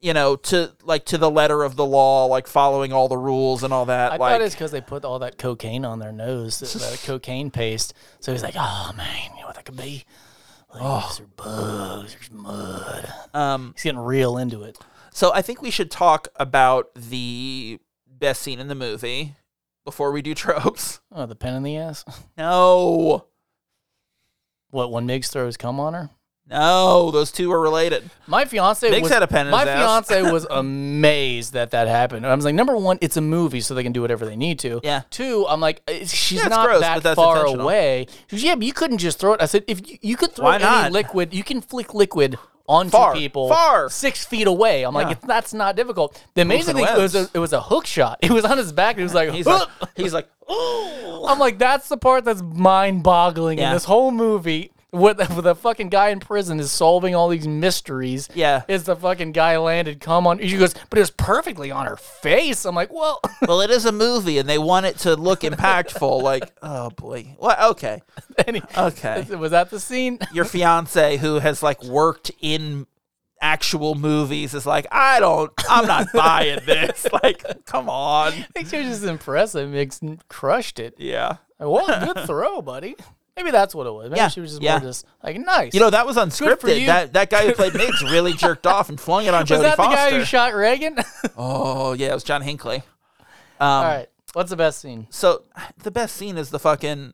you know to like to the letter of the law like following all the rules and all that
I
like
thought it's because they put all that cocaine on their nose, that, that cocaine paste. So he's like, oh man, you know what that could be? Like, There's bugs, there's mud.
um
He's getting real into it.
So I think we should talk about the best scene in the movie before we do tropes.
Oh, the pen in the ass.
No.
What when Migs throws cum on her?
No, those two are related.
My fiance
Biggs
was
had a pen in
my
his ass.
fiance was amazed that that happened. I was like, number one, it's a movie, so they can do whatever they need to.
Yeah.
Two, I'm like, eh, she's
Yeah, it's
not
gross, but
that
that's
far
intentional.
away. She goes, yeah, but you couldn't just throw it. I said, if you, you could throw
Why
any
not?
liquid, you can flick liquid onto
Far,
people
far.
six feet away. I'm
Yeah.
like, if that's not difficult. The amazing thing
Moving
was
webs.
a, it was a hook shot. It was on his back. And he was like,
He's like,
"Huh!"
he's like,
I'm like, that's the part that's mind boggling
Yeah.
in this whole movie. What the, the fucking guy in prison is solving all these mysteries.
Yeah.
Is the fucking guy landed come on. She goes, but it was perfectly on her face. I'm like, well,
well, it is a movie, and they want it to look impactful. like, oh boy. Well, okay,
any,
okay.
was that the scene?
Your fiance who has like worked in actual movies is like, I don't, I'm not buying this. Like, come on.
I think she was just impressive. Mix crushed it.
Yeah.
Like, well, good throw, buddy. Maybe that's what it was. Maybe
Yeah,
she was just
yeah.
more just like, nice.
You know, that was
for
unscripted.
you.
That that guy who played Miggs really jerked off and flung it on
was
Jodie
that
Foster.
the guy who shot Reagan?
oh, yeah, it was John Hinckley.
all right. What's the best scene?
So the best scene is the fucking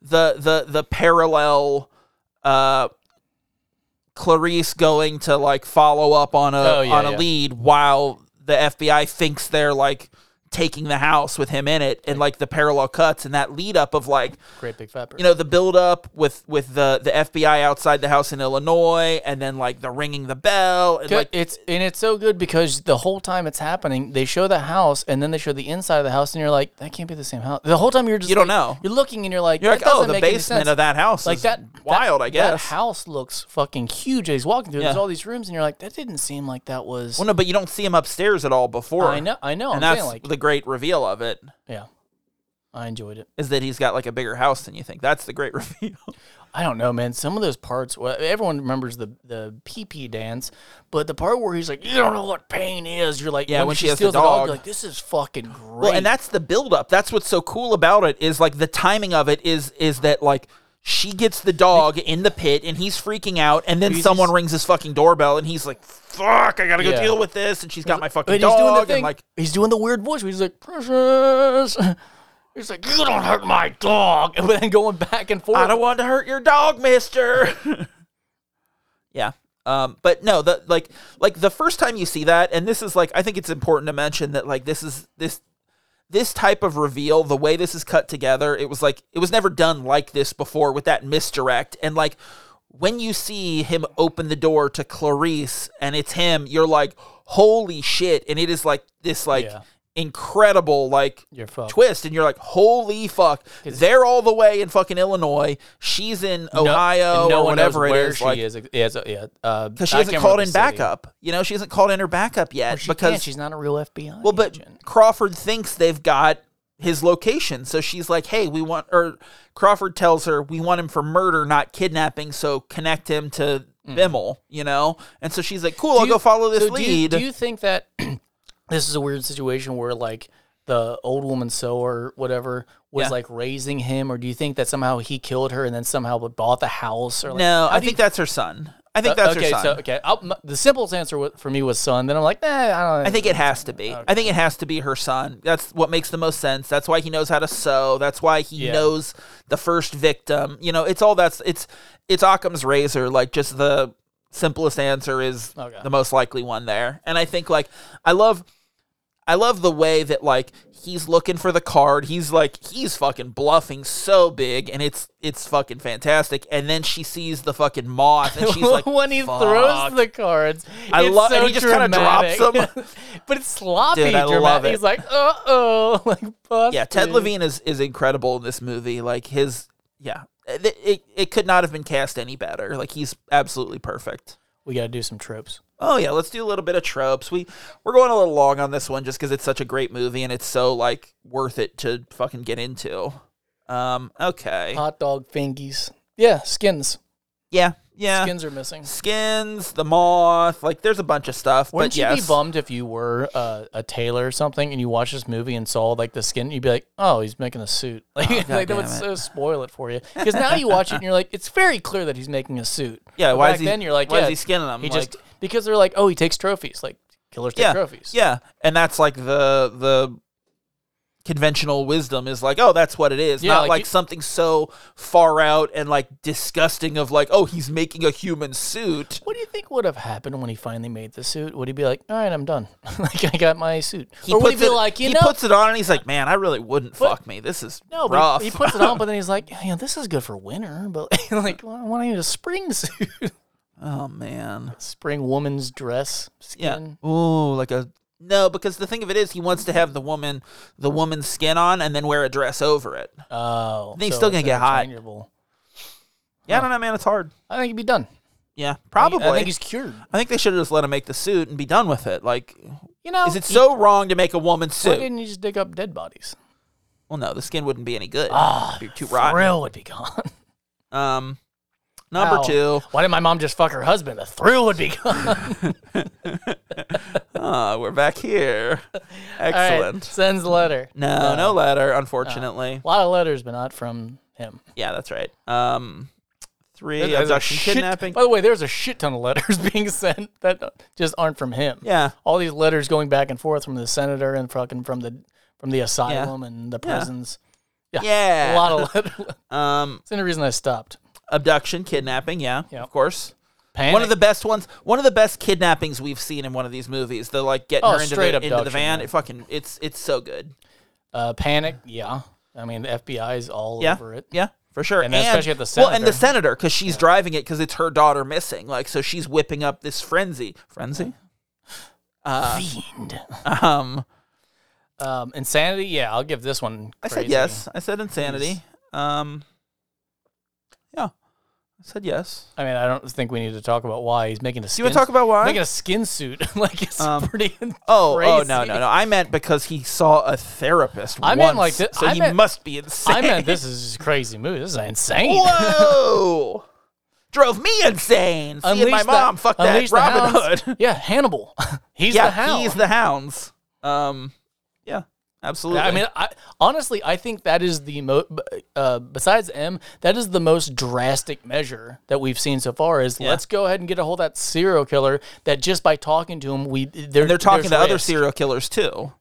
the the the parallel uh Clarice going to like follow up on a
Oh, yeah,
on a
yeah.
lead while the FBI thinks they're like taking the house with him in it and like the parallel cuts and that lead up of like
Great big fat.
you know the build up with with the the FBI outside the house in Illinois and then like the ringing the bell and
Good.
like
it's and it's so good because the whole time it's happening, they show the house and then they show the inside of the house, and you're like, that can't be the same house. The whole time you're just
You don't
like-
know.
You're looking and you're like,
you're
that
like oh
doesn't
the
make any
basement
sense."
of that house
like
is
that
wild
that-
I guess
that house looks fucking huge. as He's walking through. There's
Yeah.
all these rooms, and you're like, that didn't seem like that was.
well no but you don't see him upstairs at all before
I know, I know.
and
I'm
that's
saying like,
the great reveal of it
yeah, I enjoyed it.
is that he's got like a bigger house than you think that's the great reveal
I don't know, man. Some of those parts, well, everyone remembers the the pee pee dance, but the part where he's like, "You don't know what pain is," you're like,
Yeah, when she has the
steals
dog.
you're like, "This is fucking great."
Well, and that's the buildup. That's what's so cool about it is like the timing of it is is that like She gets the dog in the pit and he's freaking out. And then
He's-
someone rings his fucking doorbell and he's like, fuck, I gotta go
Yeah.
deal with this. And she's got my fucking
But
dog.
he's doing the
And
thing.
like,
he's doing the weird voice. Where he's like, "Precious." He's like, "You don't hurt my dog," and then going back and forth.
I don't want to hurt your dog, mister. yeah. Um, but no, the like like the first time you see that, and this is like I think it's important to mention that like this is this this type of reveal, the way this is cut together, it was like it was never done like this before with that misdirect. And like when you see him open the door to Clarice and it's him, you're like, holy shit. And it is like this like
Yeah.
incredible like
You're fucked.
twist and you're like holy fuck they're all the way in fucking illinois she's in
No-
ohio
and no
or
one knows
whatever it
where
is
she
like
is. Yeah, so- yeah. uh,
because she
I
hasn't
can't
called
remember
in
the city.
backup you know she hasn't called in her backup yet
She
because
can't. she's not a real FBI
well but
agent.
crawford thinks they've got his location so she's like hey we want or crawford tells her we want him for murder not kidnapping so connect him to bimmel you know and so she's like cool i'll
Mm. Do you-
go follow this
so do you-
lead
Do you, think that this is a weird situation where like the old woman sewer, whatever, was
Yeah.
like raising him, or do you think that somehow he killed her and then somehow bought the house? Or like,
no
how
i
do
think
you- Uh,
that's her son i think that's
okay.
her son
So okay, I'll, m- the simplest answer wa- for me was son. Then I'm like, nah, I don't.
I think it has to be. I think it has to be her son. That's what makes the most sense. That's why he knows how to sew. That's why he
Yeah.
knows the first victim. You know, it's all that's it's it's Occam's razor. Like just the simplest answer is
Okay.
the most likely one there. And I think like I love I love the way that like he's looking for the card. He's like he's fucking bluffing so big, and it's it's fucking fantastic. And then she sees the fucking moth, and she's like,
when he
"Fuck."
throws the cards,
I
it's
love-
so
and he just kinda drops
dramatic. but it's sloppy.
Dude, I love
dramatic.
it.
He's like, uh oh, like busted.
yeah, Ted Levine is is incredible in this movie. Like his, yeah, it, it it could not have been cast any better. Like he's absolutely perfect.
We got to do some tropes.
Oh yeah, let's do a little bit of tropes. We we're going a little long on this one just because it's such a great movie and it's so like worth it to fucking get into. Um, okay,
Hot dog fingies. Yeah, skins.
yeah, yeah.
Skins are missing.
Skins, the moth, like there's a bunch of stuff.
Wouldn't
but
you
yes,
be bummed if you were uh, a tailor or something and you watched this movie and saw like the skin? You'd be like, "Oh, he's making a suit." Like, like that would
goddamn it.
so spoil it for you. Because now you watch it and you're like, "It's very clear that he's making a suit."
yeah,
But
why
back
is he?
then you're like,
why
yeah,
is he skinning them?
He
Like-
just because they're like, "Oh, he takes trophies." Like killers take
yeah,
trophies.
Yeah, and that's like the the conventional wisdom is like, oh, that's what it is.
Yeah,
Not like,
like you-
something so far out and like disgusting of like, oh, he's making a human suit.
What do you think would have happened when he finally made the suit? Would he be like, "All right, I'm done. like I got my suit,"
He
or would
puts
he be
it,
like, "You
he
know,
puts it on and he's like, man, I really wouldn't fuck me. This is
No, but
rough.
he, he puts it on, but then he's like, yeah, this is good for winter, but like, why why don't you need a spring suit?
oh man,
spring woman's dress
yeah.
skin.
Ooh, like a. No, because the thing of it is, he wants to have the woman, the woman's skin on, and then wear a dress over it.
Oh,
Then he's still gonna
it's
get hot.
interchangeable.
Yeah, I don't know, man. It's hard.
I think he'd be done.
Yeah,
I
probably.
think- I think he's cured.
they should have just let him make the suit and be done with it. Like,
You know,
Is it so wrong to make a woman
Why
suit?
didn't you just dig up dead bodies?
Well, no, the skin wouldn't be any good.
Ah,
You're too rotten.
thrill would be gone.
Um, number
Ow.
two.
Why did my mom just fuck her husband? The thrill would be gone.
Ah, we're back here.
All right, Ah.
Excellent.
sends letter.
No, no letter, unfortunately.
A lot of letters, but not from him.
yeah, that's right. Um, three
There's a
abduction,
shit-
kidnapping.
By the way, there's a shit ton of letters being sent that just aren't from him.
Yeah,
all these letters going back and forth from the senator and fucking from the from the asylum and the prisons. Yeah,
yeah.
a lot of letters.
um,
It's the only reason I stopped.
abduction, kidnapping. Yeah,
Yep.
of course.
Panic.
One of the best ones. One of the best kidnappings we've seen in one of these movies. The like getting
Oh,
her into
straight
the, into the
abduction,
van.
yeah.
It fucking. It's it's so good.
uh, panic. Yeah, I mean the FBI is all
yeah,
over it.
Yeah, for sure.
And especially at the
Well, and the
senator.
senator, because she's driving it because it's her daughter missing. Like, so she's whipping up this frenzy. Frenzy?
Fiend.
Um,
Um, insanity. Yeah, I'll give this one.
I said
crazy.
yes. I said insanity. Um, yeah, I said yes.
I mean, I don't think we need to talk about why he's making a. Skin,
Do you want to talk about why?
making a skin suit? like it's
Um,
pretty.
Oh, oh no,
crazy.
no, no! I meant because he saw a therapist.
I
once,
meant like thi-
so
I
he
meant-
must be insane.
I meant this is a crazy movie. This is insane.
Whoa! Drove me insane. Seeing my
Unleash the-
mom fuck that
unleash the
Robin
hounds.
Hood.
Yeah, Hannibal. he's
yeah,
the hound.
he's the hounds. Um, yeah, absolutely.
I mean, I Honestly, I think that is the mo- b- uh, besides M, that is the most drastic measure that we've seen so far. Is let's go ahead and get a hold of that serial killer that just by talking to him, we they're,
They're talking to
there's
other
risk.
serial killers too.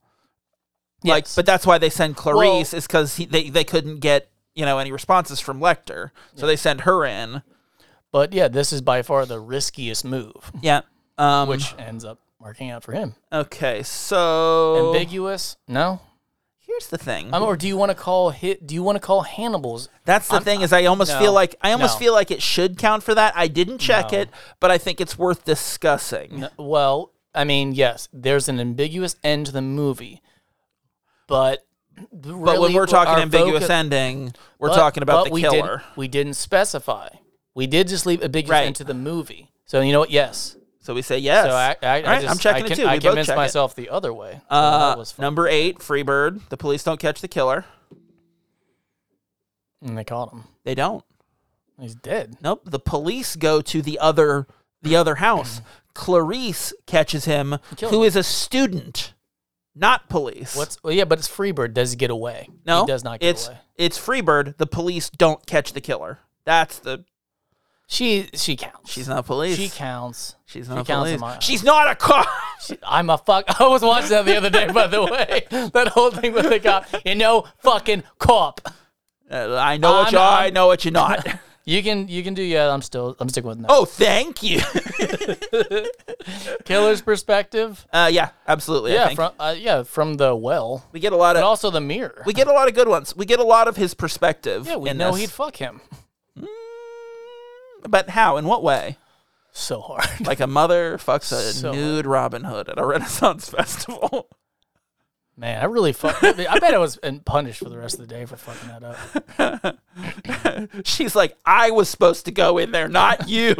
Like,
Yes.
but that's why they send Clarice
Well-
is because they they couldn't get you know any responses from Lecter, so they send her in.
But yeah, this is by far the riskiest move,
Yeah. Um,
which ends up working out for him.
okay, so
Ambiguous? No.
here's the thing.
Um, or do you want to call hit? Do you want to call Hannibal's?
That's the thing is I almost
no,
feel like I almost
no.
feel like it should count for that. I didn't check it, but I think it's worth discussing.
Well, I mean, yes, there's an ambiguous end to the movie, but
but when we're talking ambiguous
end.
ending, we're talking about the
we
killer.
Didn't, we didn't specify. We did just leave ambiguous
Right.
into the movie. So you know what? Yes.
So we say yes.
So I, I, I
All right,
just,
I'm checking
I
it
can-
too.
I
We both
convinced
check it.
myself the other way. So
Uh,
that was fun.
number eight, Freebird. The police don't catch the killer.
and they caught him.
They don't.
He's dead.
Nope. The police go to the other the other house. Clarice catches him,
Killed
who
him.
is a student, not police.
What's? Well, yeah, but it's Freebird. Does he get away?
no?
he does not get
it's
away.
it's Freebird. The police don't catch the killer. That's the
She she counts.
she's not police.
she counts.
she's
she
not
counts in
police.
my-
She's not a cop.
I'm a fuck. I was watching that the other day, by the way. That whole thing with the cop. You know, fucking cop.
Uh, I know what
I'm-
you are. I
I'm-
know what you're not.
You can you can do. Yeah, I'm still I'm sticking with no.
oh, thank you.
Killer's perspective.
Uh, yeah, absolutely. I
Yeah,
think.
from uh, yeah from the well.
we get a lot
but
of
also the mirror.
we get a lot of good ones. We get a lot of his perspective.
yeah, we
in
know
this.
he'd fuck him
But how? In what way?
so hard.
Like a mother fucks a
So-
nude Robin Hood at a Renaissance festival.
Man, I really fucked. I bet I was and punished for the rest of the day for fucking that up.
She's like, I was supposed to go in there, not you.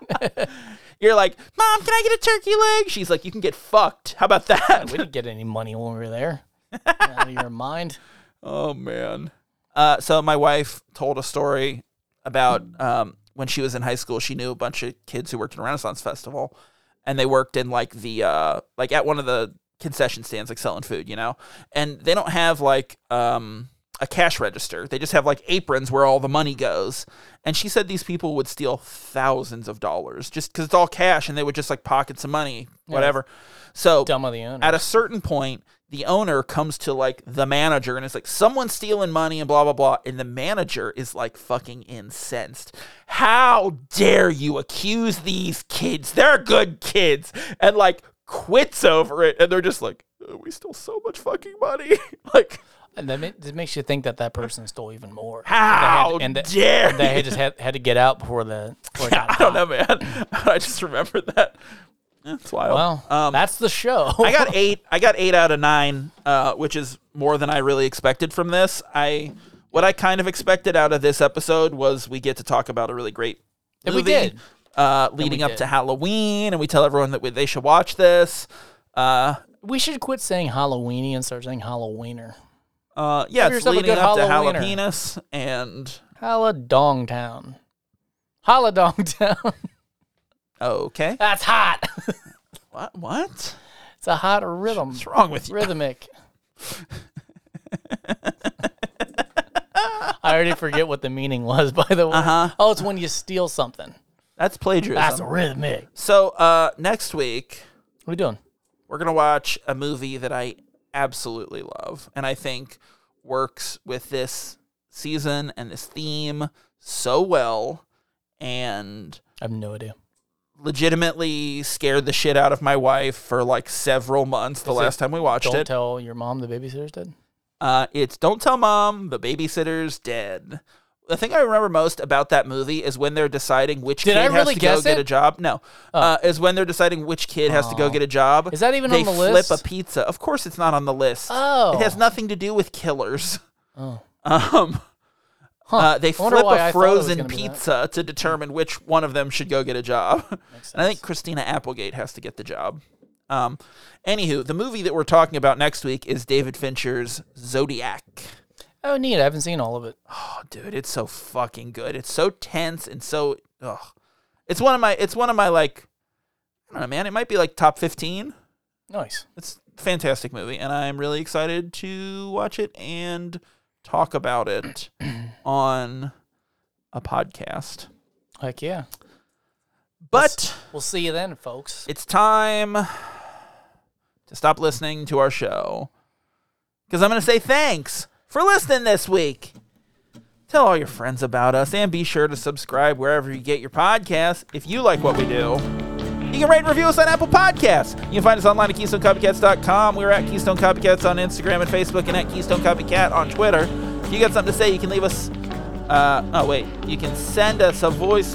You're like, Mom, can I get a turkey leg? She's like, You can get fucked. How about that?
We didn't get any money when we were there. Out of your mind.
Oh man. Uh, so my wife told a story about um, when she was in high school. She knew a bunch of kids who worked in a Renaissance Festival, and they worked in like the uh, like at one of the concession stands, like selling food, you know. And they don't have like um, a cash register. They just have like aprons where all the money goes. And she said these people would steal thousands of dollars just because it's all cash, and they would just like pocket some money, whatever. So
Dumb of the owner.
at a certain point, the owner comes to like the manager and it's like someone's stealing money and blah blah blah, and the manager is like fucking incensed. How dare you accuse these kids? They're good kids, and like quits over it, and they're just like, "Uh, we steal so much fucking money. like
and that ma- it makes you think that that person stole even more.
how
and they had-
dare?
They had just had, had to get out before the. Before it
you?
got
I don't
hot.
know, man. I just remembered that. That's wild.
Well, that's the show.
Um, I got eight. I got eight out of nine, uh, which is more than I really expected from this. I what I kind of expected out of this episode was we get to talk about a really great
And
movie.
we did.
Uh, leading up
did.
to Halloween, and we tell everyone that we, they should watch this. Uh,
we should quit saying Halloweeny and start saying Halloweener.
uh, yeah,
Give
it's
yourself a
leading
good
up
Halloweener.
to Jalapenos, and
Halla Dongtown. Halla Dongtown.
okay,
That's hot.
what? What?
It's a hot rhythm.
What's wrong with you?
Rhythmic. I already forget what the meaning was, by the way.
Uh-huh.
Oh, it's when you steal something.
That's plagiarism.
That's rhythmic.
so uh, next week
What are you doing?
we're gonna watch a movie that I absolutely love, and I think works with this season and this theme so well, and
I have no idea.
legitimately scared the shit out of my wife for like several months. The
Is it
last time we watched
Don't
it,
tell your mom the babysitter's dead.
uh, it's "Don't Tell Mom, the Babysitter's Dead." The thing I remember most about that movie is when they're deciding which
Did
kid
I really
has to go
guess
get
it?
a job. No, uh, is when they're deciding which kid has to go
Oh.
get a job.
Is that even
they
on the
flip
list?
a pizza. Of course, it's not on the list.
Oh.
it has nothing to do with killers.
Oh.
Um, uh, they
I wonder
flip
why I
a
thought it was
frozen
gonna be that.
pizza to determine which one of them should go get a job. And I think Christina Applegate has to get the job. Um, anywho, the movie that we're talking about next week is David Fincher's Zodiac.
Oh, neat. I haven't seen all of it.
Oh, dude, it's so fucking good. It's so tense and so. Ugh. It's one of my. It's one of my like. I don't know, man. It might be like top fifteen.
Nice.
It's fantastic movie, and I'm really excited to watch it and talk about it on a podcast.
Like yeah.
But
We'll see you then, folks.
it's time to stop listening to our show because I'm going to say thanks for listening this week. Tell all your friends about us and be sure to subscribe wherever you get your podcasts if you like what we do. You can rate and review us on Apple Podcasts. You can find us online at KeystoneCopycats.com. We're at Keystone Copycats on Instagram and Facebook and at Keystone Copycat on Twitter. If you got something to say, you can leave us. Uh, oh, wait. You can send us a voice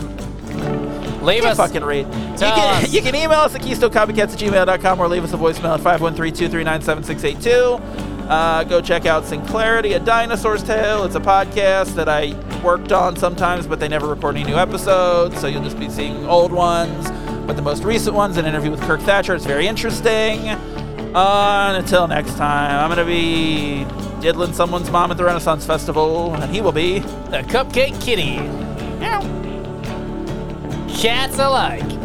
Leave us.
can't fucking read.
Tell
you, can,
us.
you can email us at keystonecopycats at gmail.com or leave us a voicemail at 513-239-7682. Uh, go check out Sinclarity, A Dinosaur's Tale. It's a podcast that I worked on sometimes, but they never record any new episodes, so you'll just be seeing old ones. But the most recent one's an interview with Kirk Thatcher. It's very interesting. Uh, and until next time, I'm going to be diddling someone's mom at the Renaissance Festival, and he will be...
The Cupcake Kitty. Cats alike.